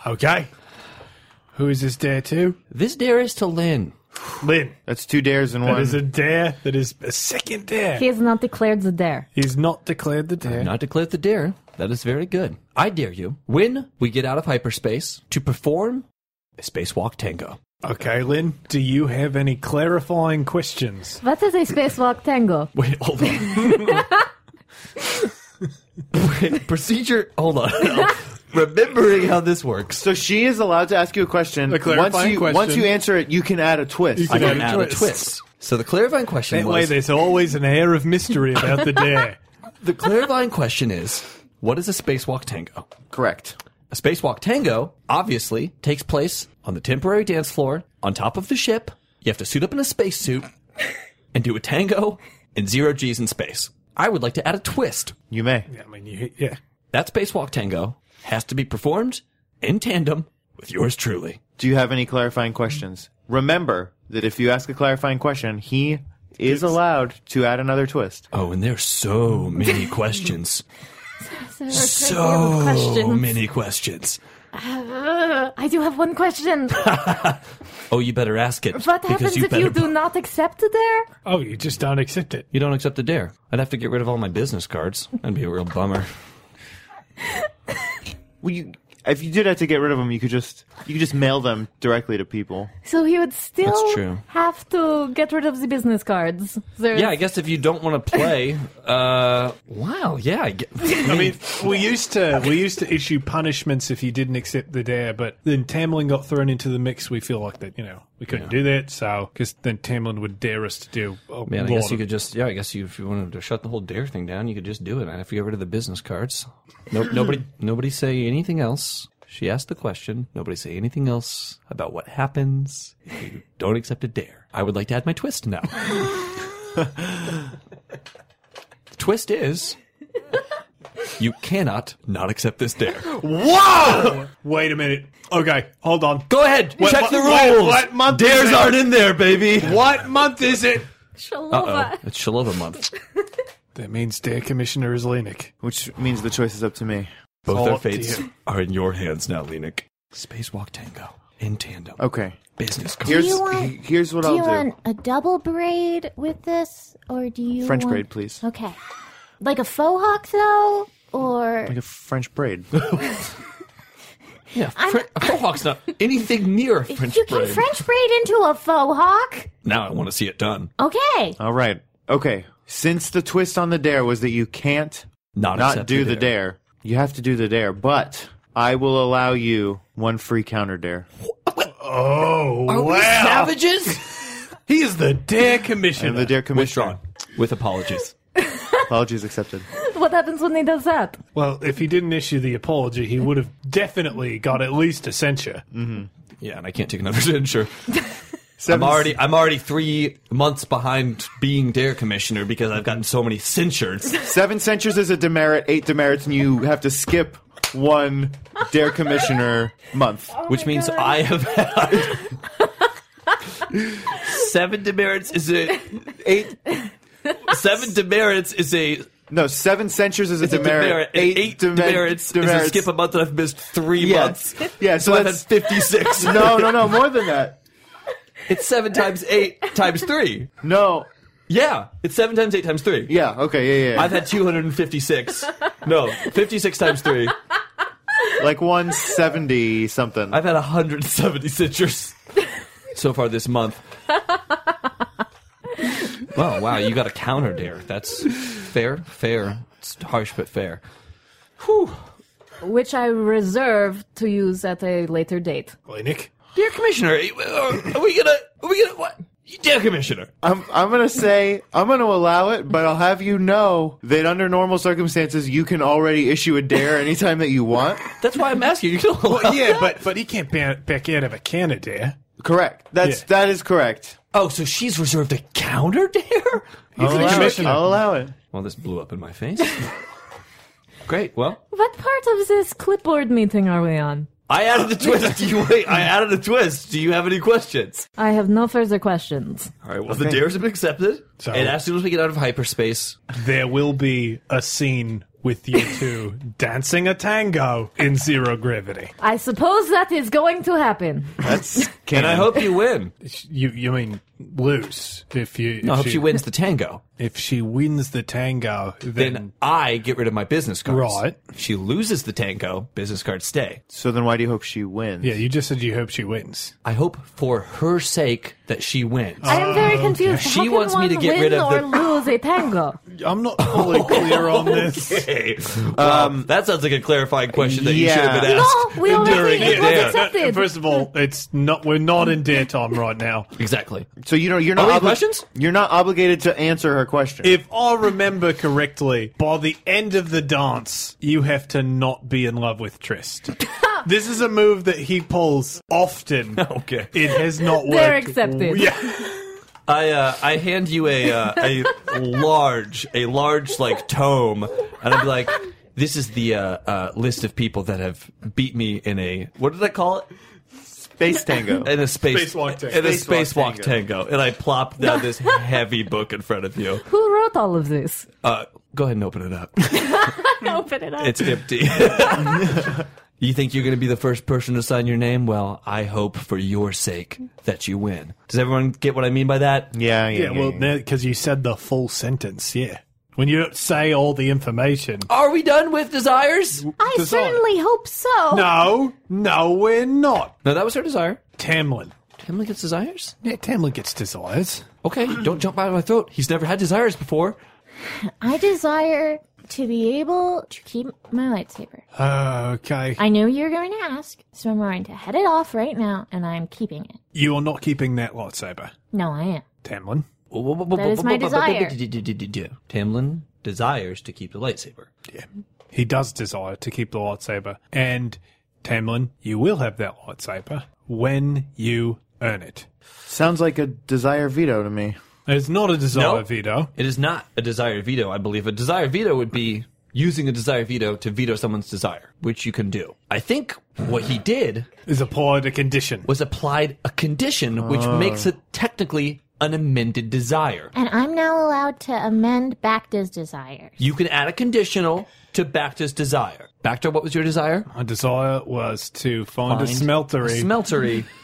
Speaker 2: Okay. Who is this dare to?
Speaker 7: This dare is to Lynn.
Speaker 2: Lynn.
Speaker 8: That's two dares in
Speaker 2: That
Speaker 8: one.
Speaker 2: is a dare. That is a second dare.
Speaker 1: He has not declared the dare.
Speaker 2: He's not declared the dare.
Speaker 7: Not declared the dare. That is very good. I dare you, when we get out of hyperspace, to perform a Uh, spacewalk tango.
Speaker 2: Okay, Lynn, do you have any clarifying questions?
Speaker 1: What is a spacewalk tango?
Speaker 7: Wait, hold on. Wait, procedure. Hold on. Remembering how this works.
Speaker 8: so she is allowed to ask you a question.
Speaker 2: A clarifying
Speaker 8: once you
Speaker 2: question.
Speaker 8: once you answer it, you can add a twist.
Speaker 2: can-
Speaker 7: I can
Speaker 2: Add a
Speaker 7: add a
Speaker 2: twist.
Speaker 7: twist. So the clarifying question
Speaker 2: That way,
Speaker 7: was.
Speaker 2: there's always an air of mystery about the dare.
Speaker 7: the clarifying question is: What is a spacewalk tango?
Speaker 8: Correct.
Speaker 7: A spacewalk tango obviously takes place on the temporary dance floor on top of the ship. You have to suit up in a spacesuit and do a tango in zero G's in space. I would like to add a twist.
Speaker 8: You may.
Speaker 2: I mean, you, yeah.
Speaker 7: That spacewalk tango has to be performed in tandem with yours truly.
Speaker 8: Do you have any clarifying questions? Remember that if you ask a clarifying question, he is allowed to add another twist.
Speaker 7: Oh, and there's so many questions.
Speaker 9: Great deal
Speaker 7: so
Speaker 9: of questions.
Speaker 7: many questions.
Speaker 9: Uh, I do have one question.
Speaker 7: Oh, you better ask it.
Speaker 9: What
Speaker 7: because
Speaker 9: happens
Speaker 7: you
Speaker 9: if you
Speaker 7: better-
Speaker 9: do not accept the dare?
Speaker 2: Oh, you just don't accept it.
Speaker 7: You don't accept a dare. I'd have to get rid of all my business cards. That'd be a real bummer.
Speaker 8: Well, you if you did have to get rid of them, you could just you could just mail them directly to people.
Speaker 1: So he would
Speaker 7: That's
Speaker 1: still
Speaker 7: true.
Speaker 1: have to get rid of the business cards. There's,
Speaker 7: Yeah, I guess if you don't want to play, uh, wow, yeah, I, get,
Speaker 2: I mean, we used to we used to issue punishments if you didn't accept the dare, but then Tamlin got thrown into the mix. We feel like that, you know, we couldn't do that. So, because then Tamlin would dare us to do. Oh,
Speaker 7: man, I guess you could just, yeah, I guess you, if you wanted to shut the whole dare thing down, you could just do it. I have to get rid of the business cards. Nope, nobody, nobody say anything else. She asked the question. Nobody say anything else about what happens if you don't accept a dare. I would like to add my twist now. the twist is you cannot not accept this dare.
Speaker 2: Whoa! Ah! Wait a minute. Okay, hold on.
Speaker 7: Go ahead,
Speaker 2: What-
Speaker 7: check
Speaker 2: what-
Speaker 7: the
Speaker 2: what-
Speaker 7: rules.
Speaker 2: what month is
Speaker 7: Dares
Speaker 2: it?
Speaker 7: aren't in there, baby.
Speaker 2: What month is it?
Speaker 7: Uh oh, it's Shalova month.
Speaker 2: That means Dare Commissioner is Lenik.
Speaker 8: Which means the choice is up to me.
Speaker 7: Both
Speaker 2: Oh,
Speaker 7: their fates
Speaker 2: dear.
Speaker 7: are in your hands now, Lenik. Spacewalk tango in tandem.
Speaker 8: Okay.
Speaker 7: Business cards.
Speaker 8: Here's
Speaker 9: you want-
Speaker 8: he- here's what
Speaker 9: Do
Speaker 8: I'll
Speaker 9: you
Speaker 8: do.
Speaker 9: want a double braid with this, or do you
Speaker 8: French
Speaker 9: want-
Speaker 8: braid, please.
Speaker 9: Okay, like a faux hawk though. or
Speaker 8: Like a French braid.
Speaker 7: Yeah, Fre- a faux hawk's not anything near a French
Speaker 9: you
Speaker 7: braid.
Speaker 9: can French braid into a faux hawk.
Speaker 7: now I want to see it done.
Speaker 9: Okay.
Speaker 8: All right. Okay. Since the twist on the dare was that you can't
Speaker 7: Not
Speaker 8: not
Speaker 7: accept
Speaker 8: do
Speaker 7: the
Speaker 8: the dare, you have to do the dare, but I will allow you one free counter dare.
Speaker 2: Oh, wow.
Speaker 7: Savages
Speaker 2: He is the dare
Speaker 8: And
Speaker 2: commissioner.
Speaker 8: the dare commissioner.
Speaker 7: withdrawn with apologies.
Speaker 8: Apologies accepted.
Speaker 1: What happens when he does that?
Speaker 2: well, if he didn't issue the apology, he would have definitely got at least a censure.
Speaker 7: Mm. Yeah, and I can't take another censure. I'm
Speaker 8: Seven-
Speaker 7: already I'm already three months behind being dare commissioner because I've gotten so many censures.
Speaker 8: Seven censures is a demerit, eight demerits, and you have to skip one dare commissioner month.
Speaker 7: which means I have had seven demerits is a eight seven demerits is a,
Speaker 8: No, seven censures is a
Speaker 7: is a
Speaker 8: demerit,
Speaker 7: demerit.
Speaker 8: Eight,
Speaker 7: eight
Speaker 8: demer-
Speaker 7: demerits, is a
Speaker 8: demerits.
Speaker 7: skip a month that I've missed three
Speaker 8: Yeah.
Speaker 7: months.
Speaker 8: Yeah,
Speaker 7: so
Speaker 8: so
Speaker 7: I've had
Speaker 8: that's-
Speaker 7: fifty six.
Speaker 8: No, no, no, more than that.
Speaker 7: It's seven times eight times three.
Speaker 8: No.
Speaker 7: Yeah. It's seven times eight times three.
Speaker 8: Yeah, okay, yeah, yeah. yeah.
Speaker 7: I've had 256. No, 56 times 3.
Speaker 8: like 170 something.
Speaker 7: I've had 170 censures so far this month. Wow, wow, you got a counter dare. That's fair, fair. It's harsh but fair.
Speaker 1: Which I reserve to use at a later date.
Speaker 2: Glenick.
Speaker 7: Dear Commissioner, are we gonna, are we gonna, what? Dear Commissioner.
Speaker 8: I'm I'm gonna say I'm gonna allow it, but I'll have you know that under normal circumstances you can already issue a dare anytime that you want.
Speaker 7: That's why I'm asking you. you don't allow-
Speaker 2: Yeah, but but he can't ba- back out of a can of dare.
Speaker 8: Correct. That's
Speaker 2: Yeah.
Speaker 8: that is correct.
Speaker 7: Oh, so she's reserved a counter dare?
Speaker 8: I'll allow, it.
Speaker 7: Oh,
Speaker 2: commissioner.
Speaker 8: I'll allow it.
Speaker 7: Well, this blew up in my face. Great, well.
Speaker 1: What part of this clipboard meeting are we on?
Speaker 7: I added a twist. Do you wait? I added a twist. Do you have any questions?
Speaker 1: I have no further questions.
Speaker 7: All right. Well, the dares have been accepted,
Speaker 2: So-
Speaker 7: and as soon as we get out of hyperspace,
Speaker 2: There will be a scene with you two dancing a tango in zero gravity.
Speaker 1: I suppose that is going to happen.
Speaker 8: That's
Speaker 7: and I hope you win.
Speaker 2: You you mean lose if you? If
Speaker 7: I hope she wins the tango.
Speaker 2: If she wins the tango, then,
Speaker 7: Then I get rid of my business cards.
Speaker 2: Right.
Speaker 7: If she loses the tango, business cards stay.
Speaker 8: So then why do you hope she wins?
Speaker 2: yeah, you just said you hope she wins.
Speaker 7: I hope for her sake that she wins.
Speaker 9: I am very confused.
Speaker 7: She
Speaker 9: How can
Speaker 7: wants me
Speaker 9: one
Speaker 7: to get
Speaker 9: win
Speaker 7: rid of
Speaker 9: or
Speaker 7: the-
Speaker 9: lose a tango.
Speaker 2: I'm not fully clear on this.
Speaker 7: Hey, well, that sounds like a clarifying question that you
Speaker 8: yeah.
Speaker 7: should have been asked.
Speaker 9: No, we already
Speaker 7: during
Speaker 9: it was
Speaker 7: dare.
Speaker 9: accepted.
Speaker 2: First of all, it's not. We're not in dare time right now.
Speaker 7: Exactly.
Speaker 8: So you know you're not
Speaker 7: Are we questions?
Speaker 8: You're not obligated to answer her question.
Speaker 2: If I remember correctly, by the end of the dance, you have to not be in love with Trist. this is a move that he pulls often.
Speaker 7: Okay.
Speaker 2: It has not worked.
Speaker 1: They're accepted.
Speaker 2: Yeah.
Speaker 7: I uh, I hand you a uh, a large a large like tome, and I'd be like, "This is the uh, uh, list of people that have beat me in a what did I call it?
Speaker 8: Space tango.
Speaker 7: In a space
Speaker 2: Spacewalk tango.
Speaker 7: in a
Speaker 8: Spacewalk
Speaker 7: spacewalk tango." And I plop down this heavy book in front of you.
Speaker 1: Who wrote all of this?
Speaker 7: Uh, go ahead and open it up.
Speaker 9: Open it up.
Speaker 7: It's empty. you think you're going to be the first person to sign your name? Well, I hope for your sake that you win. Does everyone get what I mean by that?
Speaker 8: yeah, yeah,
Speaker 2: Yeah, well,
Speaker 8: yeah.
Speaker 2: because you said the full sentence, yeah. When you don't say all the information.
Speaker 7: Are we done with desires?
Speaker 9: I
Speaker 2: Design.
Speaker 9: certainly hope so.
Speaker 2: No, no, we're not.
Speaker 7: No, that was her desire.
Speaker 2: Tamlin.
Speaker 7: Hamlet gets desires.
Speaker 2: Yeah, Tamlin gets desires.
Speaker 7: Okay, don't jump out of my throat. He's never had desires before.
Speaker 9: I desire to be able to keep my lightsaber.
Speaker 2: okay.
Speaker 9: I know you're going to ask, so I'm going to head it off right now, and I'm keeping it.
Speaker 2: You are not keeping that lightsaber,
Speaker 9: No, I am.
Speaker 2: Tamlin.
Speaker 7: That
Speaker 9: is my desire.
Speaker 7: Tamlin desires to keep the lightsaber.
Speaker 2: He does desire to keep the lightsaber. And, Tamlin, you will have that lightsaber when you earn it.
Speaker 8: Sounds like a desire veto to me.
Speaker 2: It's not a desire,
Speaker 7: No.
Speaker 2: Vito.
Speaker 7: It is not a desire veto, I believe. A desire veto would be using a desire veto to veto someone's desire, which you can do. I think what he did
Speaker 2: Is applied a condition.
Speaker 7: was applied a condition which
Speaker 2: Oh.
Speaker 7: makes it technically an amended desire.
Speaker 9: And I'm now allowed to amend Bacta's desires.
Speaker 7: You can add a conditional to Bacta's desire. Bacta, what was your desire?
Speaker 2: My desire was to find, a
Speaker 7: Find
Speaker 2: smeltery.
Speaker 7: Smeltery.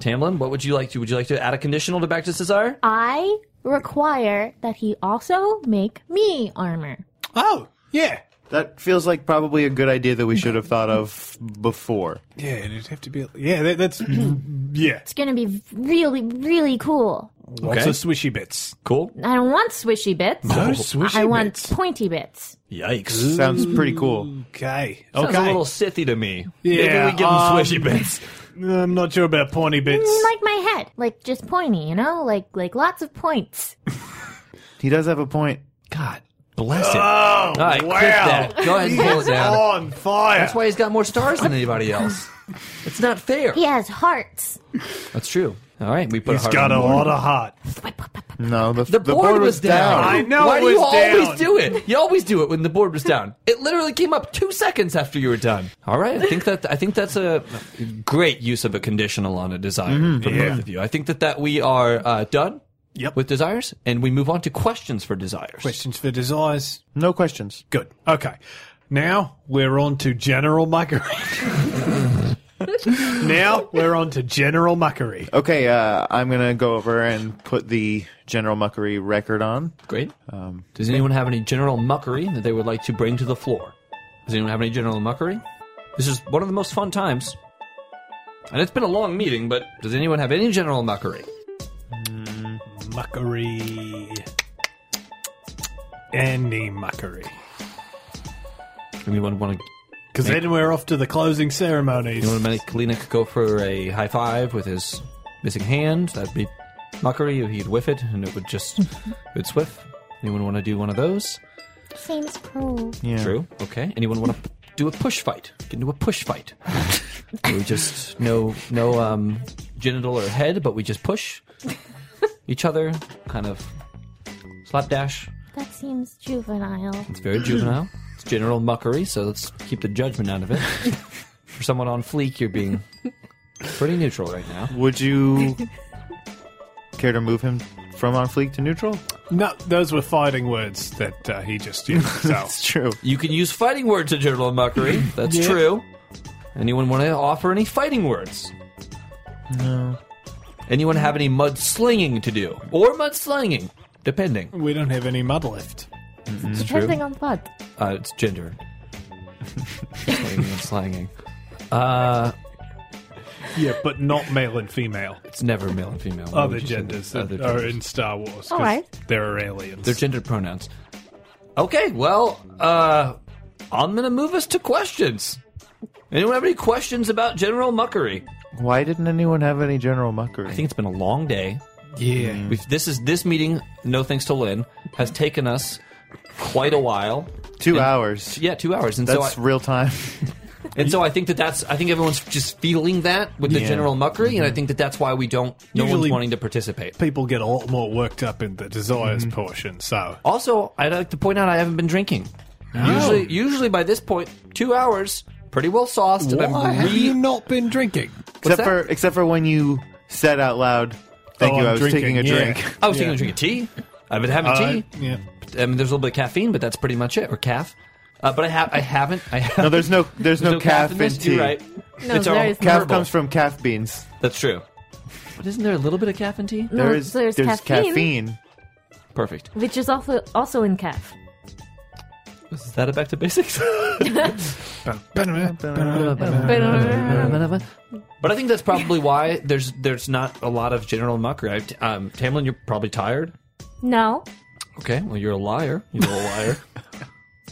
Speaker 7: Tamlin, what would you like to? Would you like to add a conditional to Bacta's desire?
Speaker 9: I require that he also make me armor.
Speaker 2: oh, yeah.
Speaker 8: That feels like probably a good idea that we should have thought of before.
Speaker 2: Yeah, it'd have to be. Yeah, that, that's. yeah.
Speaker 9: It's gonna be really, really cool.
Speaker 2: Lots of swishy bits.
Speaker 7: Cool.
Speaker 9: I don't want swishy bits.
Speaker 2: No swishy
Speaker 9: I want
Speaker 2: bits.
Speaker 9: pointy bits.
Speaker 7: Yikes.
Speaker 8: Sounds pretty cool.
Speaker 2: Okay.
Speaker 7: Sounds
Speaker 2: Okay.
Speaker 7: a little sithy to me.
Speaker 2: Yeah,
Speaker 7: Maybe we give
Speaker 2: um,
Speaker 7: him swishy bits.
Speaker 2: I'm not sure about pointy bits.
Speaker 7: Mm,
Speaker 9: Like my head, like just pointy, you know, like like lots of points.
Speaker 8: He does have a point.
Speaker 7: God bless it.
Speaker 2: Oh,
Speaker 7: All right, clip that. Go ahead and pull it
Speaker 2: He's
Speaker 7: down.
Speaker 2: on fire.
Speaker 7: That's why he's got more stars than anybody else. It's not fair.
Speaker 9: He has hearts.
Speaker 7: That's true. All right, we put
Speaker 2: He's
Speaker 7: heart
Speaker 2: got
Speaker 7: on
Speaker 2: a
Speaker 7: the
Speaker 2: lot
Speaker 7: board.
Speaker 2: of heart.
Speaker 8: No, the,
Speaker 7: The board, was down.
Speaker 2: I know
Speaker 7: Why
Speaker 2: it
Speaker 7: do
Speaker 2: was
Speaker 7: you always
Speaker 2: down.
Speaker 7: do it? You always do it when the board was down. It literally came up two seconds after you were done. All right, I think that I think that's a great use of a conditional on a desire
Speaker 2: Mm-hmm.
Speaker 7: for both of you. I think that that we are uh, done
Speaker 2: Yep.
Speaker 7: with desires, and we move on to questions for desires.
Speaker 2: Questions for desires.
Speaker 8: No questions.
Speaker 2: Good. Okay. Now we're on to general muckery. now we're on to general muckery.
Speaker 8: Okay, uh, I'm gonna go over and put the General Muckery record on.
Speaker 7: Great. Does anyone have any general muckery that they would like to bring to the floor? Does anyone have any general muckery? This is one of the most fun times. And it's been a long meeting, but does anyone have any general muckery?
Speaker 2: Muckery. Any muckery.
Speaker 7: Anyone want to
Speaker 2: Because then we're off to the closing ceremonies.
Speaker 7: You want to make Kalinick go for a high five with his missing hand? That'd be muckery. He'd whiff it, and it would just it would swift. Anyone want to do one of those?
Speaker 9: Seems cool.
Speaker 8: Yeah.
Speaker 7: True. Okay. Anyone want to do a push fight? Get into a push fight. Where we just no no um, genital or head, but we just push each other, kind of slapdash.
Speaker 9: That seems juvenile.
Speaker 7: It's very juvenile. It's general muckery, so let's keep the judgment out of it. For someone on fleek, you're being pretty neutral right now.
Speaker 8: Would you care to move him from on fleek to neutral?
Speaker 2: No, those were fighting words that uh, he just used. So
Speaker 8: It's true.
Speaker 7: You can use fighting words to journal muckery. That's true. Anyone want to offer any fighting words? No. Anyone have any mud slinging to do? Or mud slinging, depending.
Speaker 2: we don't have any mud left.
Speaker 9: Depending on what.
Speaker 7: Uh, it's gender. slinging and slanging. Uh,
Speaker 2: Yeah, but not male and female.
Speaker 7: it's never male and female. Why
Speaker 2: Other
Speaker 7: would you say that?
Speaker 2: genders that
Speaker 7: Other
Speaker 2: are
Speaker 7: genders.
Speaker 2: in Star Wars. 'cause
Speaker 9: All right.
Speaker 2: There are aliens.
Speaker 7: They're gendered pronouns. Okay, well, uh, I'm going to move us to questions. Anyone have any questions about general muckery?
Speaker 8: Why didn't anyone have any General Muckery?
Speaker 7: I think it's been a long day.
Speaker 2: yeah.
Speaker 8: Mm.
Speaker 7: We've, this is this meeting. No thanks to Lynn has taken us quite a while.
Speaker 8: two hours.
Speaker 7: Yeah, two hours, and
Speaker 8: That's
Speaker 7: so I,
Speaker 8: real time.
Speaker 7: and so I think that that's I think everyone's just feeling that with the
Speaker 8: Yeah. Mm-hmm.
Speaker 7: general muckery, and I think that that's why we don't. No
Speaker 2: Usually-
Speaker 7: one's wanting to participate.
Speaker 2: People get a lot more worked up in the desires portion, so.
Speaker 7: Also, I'd like to point out I haven't been drinking.
Speaker 8: Oh.
Speaker 7: Usually, usually by this point, two hours, pretty well sauced. and I'm re-
Speaker 2: not been drinking?
Speaker 8: except
Speaker 7: that?
Speaker 8: for except for when you said out loud, "Thank
Speaker 2: Oh,
Speaker 8: you."
Speaker 2: I'm
Speaker 8: i was
Speaker 2: drinking,
Speaker 8: taking a
Speaker 2: yeah.
Speaker 8: drink.
Speaker 7: I was taking a drink of tea. I've been having
Speaker 2: Uh,
Speaker 7: tea.
Speaker 2: yeah.
Speaker 7: I mean, there's a little bit of caffeine, but that's pretty much it, or calf. Uh, but I have, I haven't. I haven't.
Speaker 8: No, there's no there's, no, calf in
Speaker 7: this.
Speaker 8: tea.
Speaker 7: You're right.
Speaker 1: No,
Speaker 7: it's our
Speaker 1: there
Speaker 7: own
Speaker 1: is not.
Speaker 8: Calf
Speaker 7: herbal.
Speaker 8: comes from calf beans.
Speaker 7: That's true. But isn't there a little bit of caffeine tea?
Speaker 8: There is
Speaker 3: there's
Speaker 8: caffeine.
Speaker 3: caffeine.
Speaker 7: Perfect.
Speaker 3: which is also also in calf.
Speaker 7: Is that a back to basics? but I think that's probably why there's there's not a lot of general mucker. I, um, Tamlin, you're probably tired.
Speaker 9: No.
Speaker 7: Okay, well you're a liar. You're a liar.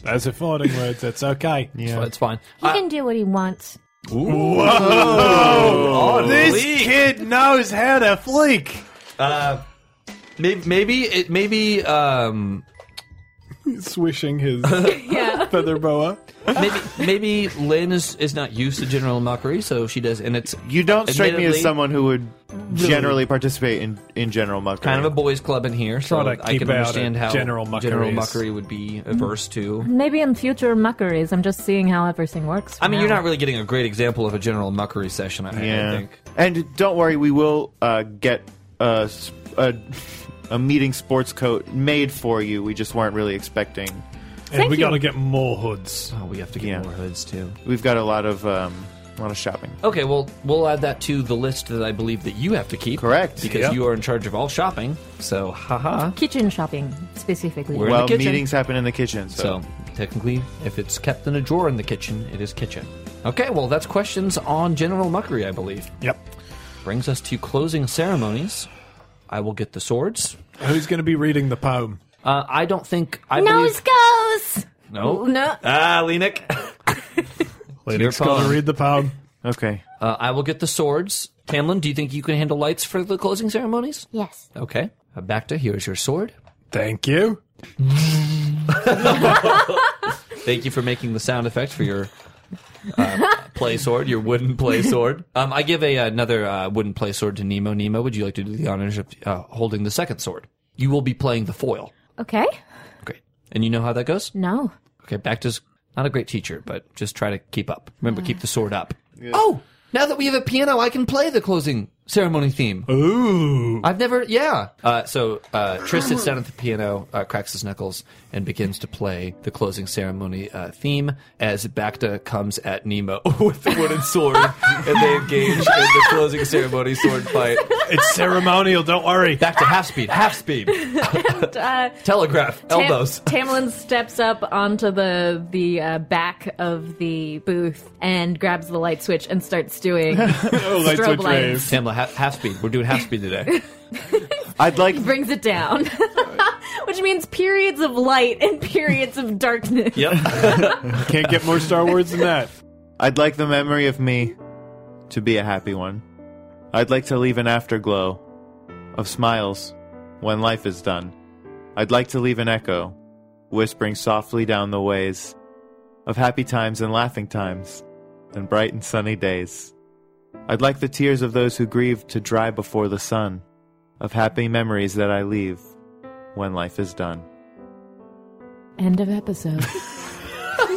Speaker 2: Those are fighting words. That's okay.
Speaker 7: yeah. It's fine.
Speaker 9: He can do what he wants.
Speaker 7: Oh,
Speaker 2: This
Speaker 7: Lee.
Speaker 2: kid knows how to fleek.
Speaker 7: maybe maybe it maybe um
Speaker 2: Swishing his feather boa.
Speaker 7: maybe maybe Lynn is, is not used to general muckery, so she does, and it's
Speaker 8: You don't strike me as
Speaker 7: Admittedly-
Speaker 8: someone who would generally participate in in General Muckery.
Speaker 7: kind of a boys' club in here. So
Speaker 2: Try to
Speaker 7: I
Speaker 2: keep
Speaker 7: can
Speaker 2: out
Speaker 7: understand
Speaker 2: of
Speaker 7: how
Speaker 2: general muckery
Speaker 7: general
Speaker 2: is-
Speaker 7: muckery would be averse to.
Speaker 1: Maybe in future muckeries, I'm just seeing how everything works.
Speaker 7: I mean,
Speaker 1: for
Speaker 7: you're
Speaker 1: now.
Speaker 7: not really getting a great example of a general muckery session, I, I
Speaker 8: Yeah.
Speaker 7: think.
Speaker 8: And don't worry, we will uh, get a, s- a a meeting sports coat made for you. We just weren't really expecting.
Speaker 2: and we
Speaker 1: you.
Speaker 2: got to get more hoods.
Speaker 7: Oh, we have to get
Speaker 8: Yeah.
Speaker 7: more hoods, too.
Speaker 8: We've got a lot of um, a lot of shopping.
Speaker 7: Okay, well, we'll add that to the list that I believe that you have to keep.
Speaker 8: Correct.
Speaker 7: Because
Speaker 2: Yep.
Speaker 7: you are in charge of all shopping. So, haha.
Speaker 1: kitchen shopping specifically.
Speaker 7: We're- in
Speaker 8: Well,
Speaker 7: the kitchen.
Speaker 8: meetings happen in the kitchen, so,
Speaker 7: So, Technically, if it's kept in a drawer in the kitchen, it is kitchen. Okay, well, that's questions on general muckery, I believe.
Speaker 2: Yep.
Speaker 7: Brings us to closing ceremonies. I will get the swords.
Speaker 2: Who's going to be reading the poem?
Speaker 7: Uh, I don't think I
Speaker 9: Nose
Speaker 7: believe.
Speaker 9: goes.
Speaker 7: No,
Speaker 1: No.
Speaker 7: Ah, Lenik.
Speaker 2: Lennox
Speaker 7: your
Speaker 2: going
Speaker 7: poem.
Speaker 2: to read the poem.
Speaker 8: Okay.
Speaker 7: Uh, I will get the swords. Tamlin, do you think you can handle lights for the closing ceremonies?
Speaker 9: Yes.
Speaker 7: Okay. Uh, Bacta, here's your sword.
Speaker 2: Thank you.
Speaker 7: Thank you for making the sound effect for your uh, play sword, your wooden play sword. Um, I give a another uh, wooden play sword to Nemo. Nemo, would you like to do the honors of uh, holding the second sword? You will be playing the foil.
Speaker 9: Okay.
Speaker 7: Great. And you know how that goes?
Speaker 9: No.
Speaker 7: Okay, Bacta's not a great teacher, but just try to keep up. Remember, keep the sword up. Oh, now that we have a piano, I can play the closing ceremony theme. Ooh. I've never, yeah. Uh, so uh, Triss sits down at the piano, uh, cracks his knuckles, and begins to play the closing ceremony uh, theme as Bacta comes at Nemo with the wooden sword, and they engage in the closing ceremony sword fight.
Speaker 2: It's ceremonial. Don't worry.
Speaker 7: Back to half speed, half speed. Telegraph,
Speaker 1: Tam-
Speaker 7: elbows.
Speaker 1: Tamlin steps up onto the the uh, back of the booth and grabs the light switch and starts doing
Speaker 2: Oh,
Speaker 1: Strobe
Speaker 2: light switch
Speaker 1: lights.
Speaker 2: waves.
Speaker 7: Tamla, half, half speed. We're doing half speed today.
Speaker 8: I'd like
Speaker 1: brings it down, which means periods of light and periods of darkness.
Speaker 7: Yep.
Speaker 2: Can't get more Star Wars than that.
Speaker 8: I'd like the memory of me to be a happy one. I'd like to leave an afterglow of smiles when life is done. I'd like to leave an echo whispering softly down the ways of happy times and laughing times and bright and sunny days. I'd like the tears of those who grieve to dry before the sun of happy memories that I leave when life is done.
Speaker 1: End of episode.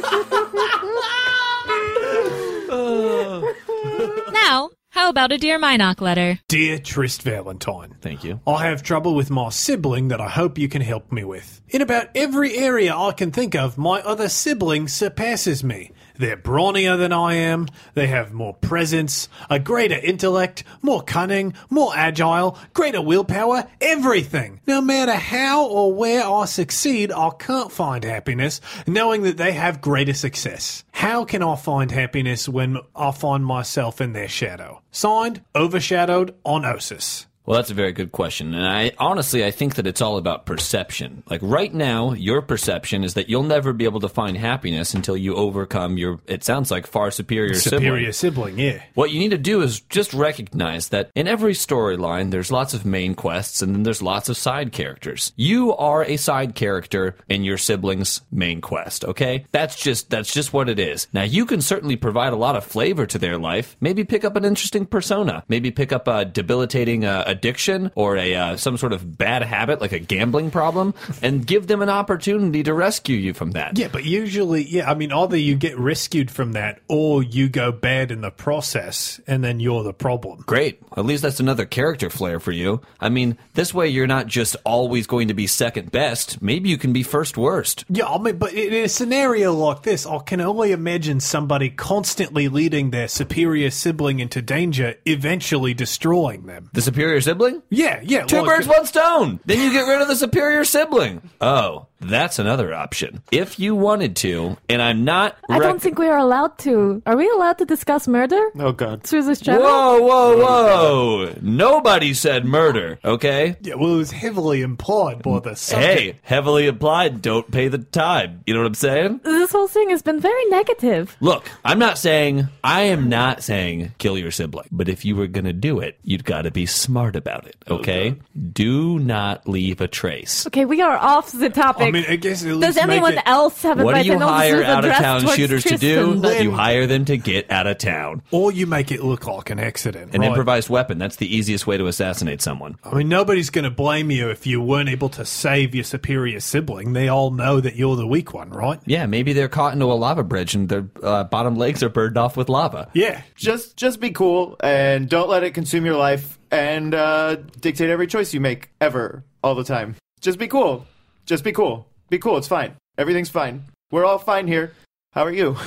Speaker 10: Now, how about a Dear Minoc letter?
Speaker 2: Dear Trist Valentine.
Speaker 7: Thank you.
Speaker 2: I have trouble with my sibling that I hope you can help me with. In about every area I can think of, my other sibling surpasses me. They're brawnier than I am, they have more presence, a greater intellect, more cunning, more agile, greater willpower, everything. No matter how or where I succeed, I can't find happiness knowing that they have greater success. How can I find happiness when I find myself in their shadow? Signed, overshadowed on Osis.
Speaker 7: Well, that's a very good question. And I honestly, I think that it's all about perception. Like right now, your perception is that you'll never be able to find happiness until you overcome your, it sounds like far superior, sibling.
Speaker 2: superior sibling. yeah.
Speaker 7: What you need to do is just recognize that in every storyline, there's lots of main quests and then there's lots of side characters. You are a side character in your sibling's main quest, okay? That's just, that's just what it is. Now, you can certainly provide a lot of flavor to their life. Maybe pick up an interesting persona. Maybe pick up a debilitating uh, addiction or a, uh, some sort of bad habit, like a gambling problem, and give them an opportunity to rescue you from that.
Speaker 2: Yeah, but usually, yeah, I mean, either you get rescued from that or you go bad in the process and then you're the problem.
Speaker 7: Great. At least that's another character flair for you. I mean, this way you're not just always going to be second best. Maybe you can be first worst.
Speaker 2: Yeah, I mean, but in a scenario like this, I can only imagine somebody constantly leading their superior sibling into danger, eventually destroying them.
Speaker 7: The superior sibling?
Speaker 2: Yeah, yeah.
Speaker 7: Two
Speaker 2: like-
Speaker 7: birds, one stone. Then you get rid of the superior sibling. Oh, that's another option. If you wanted to, and I'm not.
Speaker 9: I
Speaker 7: rec-
Speaker 9: don't think we are allowed to. Are we allowed to discuss murder
Speaker 8: Oh, God.
Speaker 9: through this channel?
Speaker 7: Whoa, whoa, whoa! Nobody said murder. Okay.
Speaker 2: Yeah, well, it was heavily implied by the subject.
Speaker 7: Hey, heavily implied. Don't pay the time. You know what I'm saying?
Speaker 9: This whole thing has been very negative.
Speaker 7: Look, I'm not saying I am not saying kill your sibling, but if you were gonna do it, you'd gotta be smart about it. Okay? Do not leave a trace.
Speaker 9: Okay, we are off the topic.
Speaker 2: I mean, I guess at
Speaker 9: Does
Speaker 2: least make
Speaker 9: anyone
Speaker 2: it-
Speaker 9: else have
Speaker 7: What do
Speaker 9: advice? I
Speaker 7: you
Speaker 9: know this
Speaker 7: hire
Speaker 9: is
Speaker 7: out of
Speaker 9: addressed
Speaker 7: town
Speaker 9: towards
Speaker 7: shooters to do?
Speaker 9: Tristan, but-
Speaker 7: You hire them to get out of town.
Speaker 2: Or you make it look like an accident.
Speaker 7: An
Speaker 2: right?
Speaker 7: improvised weapon, that's the easiest way to assassinate someone.
Speaker 2: I mean, nobody's going to blame you if you weren't able to save your superior sibling. They all know that you're the weak one, right?
Speaker 7: Yeah, maybe they're caught into a lava bridge and their uh, bottom legs are burned off with lava.
Speaker 2: Yeah.
Speaker 8: just just be cool and don't let it consume your life and uh, dictate every choice you make ever all the time just be cool just be cool be cool it's fine everything's fine we're all fine here how are you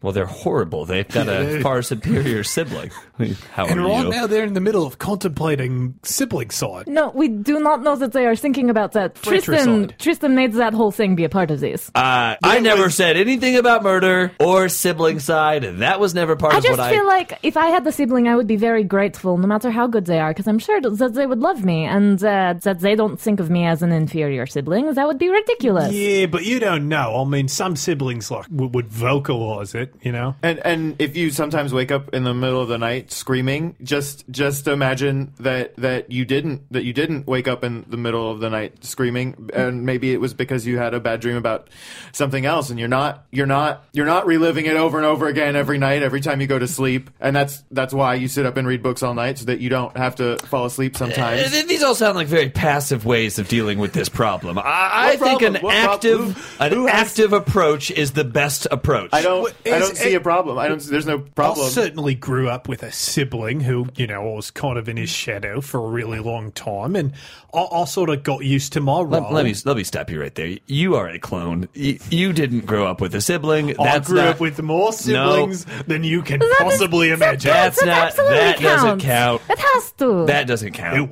Speaker 7: Well, they're horrible. They've got a far superior sibling. How are
Speaker 2: And right
Speaker 7: you?
Speaker 2: now they're in the middle of contemplating sibling side.
Speaker 1: No, we do not know that they are thinking about that. Tristan,
Speaker 2: Fratricide.
Speaker 1: Tristan made that whole thing be a part of this.
Speaker 7: Uh, I never said anything about murder or sibling side. That was never part
Speaker 1: I
Speaker 7: of
Speaker 1: just
Speaker 7: what
Speaker 1: feel
Speaker 7: I.
Speaker 1: like if I had the sibling, I would be very grateful, no matter how good they are, because I'm sure that they would love me and uh, that they don't think of me as an inferior sibling. That would be ridiculous.
Speaker 2: Yeah, but you don't know. I mean, some siblings like w- would vocalize it, you know.
Speaker 8: And and if you sometimes wake up in the middle of the night screaming, just just imagine that that you didn't that you didn't wake up in the middle of the night screaming, and maybe it was because you had a bad dream about something else, and you're not you're not you're not reliving it over and over again every night, every time you go to sleep, and that's that's why you sit up and read books all night so that you don't have to fall asleep
Speaker 7: Uh,
Speaker 8: sometimes.
Speaker 7: th- These all sound like very passive ways of dealing with this problem. I, I
Speaker 8: What
Speaker 7: think
Speaker 8: problem?
Speaker 7: an
Speaker 8: What prob-
Speaker 7: active,
Speaker 8: who-
Speaker 7: an
Speaker 8: who has-
Speaker 7: active approach is the best approach.
Speaker 8: I don't I
Speaker 2: Is
Speaker 8: don't see
Speaker 2: it-
Speaker 8: a problem. I don't. There's no
Speaker 2: I
Speaker 8: problem.
Speaker 2: certainly grew up with a sibling who, you know, I was kind of in his shadow for a really long time, and I, I sort of got used to my role.
Speaker 7: Let, let me let me stop you right there. You are a clone. You, you didn't grow up with a sibling.
Speaker 2: I
Speaker 7: That's
Speaker 2: grew
Speaker 7: not,
Speaker 2: up with more siblings than you can possibly imagine.
Speaker 7: That's not.
Speaker 1: absolutely
Speaker 7: That doesn't
Speaker 1: counts.
Speaker 7: count.
Speaker 1: It has to.
Speaker 7: That doesn't count.
Speaker 2: it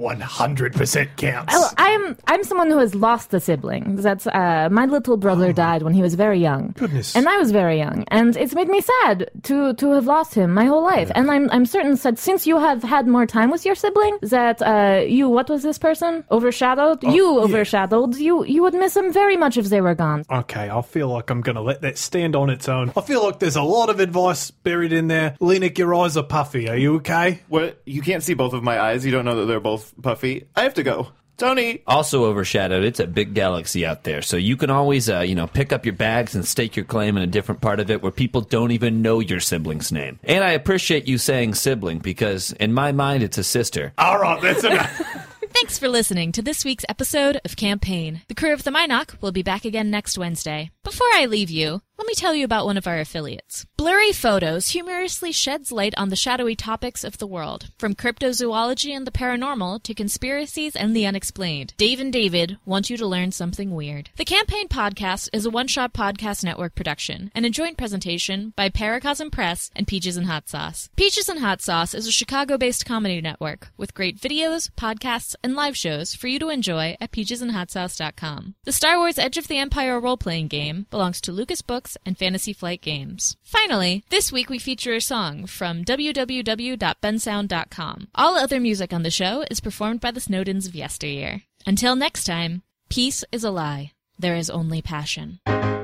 Speaker 2: 100% counts.
Speaker 1: Well, I'm I'm someone who has lost a sibling. That's uh, my little brother died when he was very young.
Speaker 2: Goodness.
Speaker 1: And I was very young, and it's made me sad to to have lost him my whole life. And I'm I'm certain that since you have had more time with your sibling, that uh, you what was this person overshadowed? you overshadowed. You you would miss him very much if they were gone.
Speaker 2: Okay, I feel like I'm going to let that stand on its own. I feel like there's a lot of advice buried in there. Lenik, your eyes are puffy. Are you okay?
Speaker 8: What you can't see both of my eyes. You don't know that they're both puffy. I have to go. Tony,
Speaker 7: Also overshadowed. It's a big galaxy out there, so you can always, uh, you know, pick up your bags and stake your claim in a different part of it where people don't even know your sibling's name. And I appreciate you saying sibling because in my mind it's a sister.
Speaker 2: All right, that's enough.
Speaker 9: Thanks for listening to this week's episode of Campaign. The crew of the Minoc will be back again next Wednesday. Before I leave you, let me tell you about one of our affiliates. Blurry Photos humorously sheds light on the shadowy topics of the world, from cryptozoology and the paranormal to conspiracies and the unexplained. Dave and David want you to learn something weird. The Campaign Podcast is a one-shot podcast network production and a joint presentation by Paracosm Press and Peaches and Hot Sauce. Peaches and Hot Sauce is a Chicago-based comedy network with great videos, podcasts, and live shows for you to enjoy at peachesandhotsauce.com. The Star Wars Edge of the Empire role-playing game belongs to Lucas Books and Fantasy Flight Games. Finally, this week we feature a song from www.bensound.com. All other music on the show is performed by the Snowdens of yesteryear. Until next time, peace is a lie. There is only passion.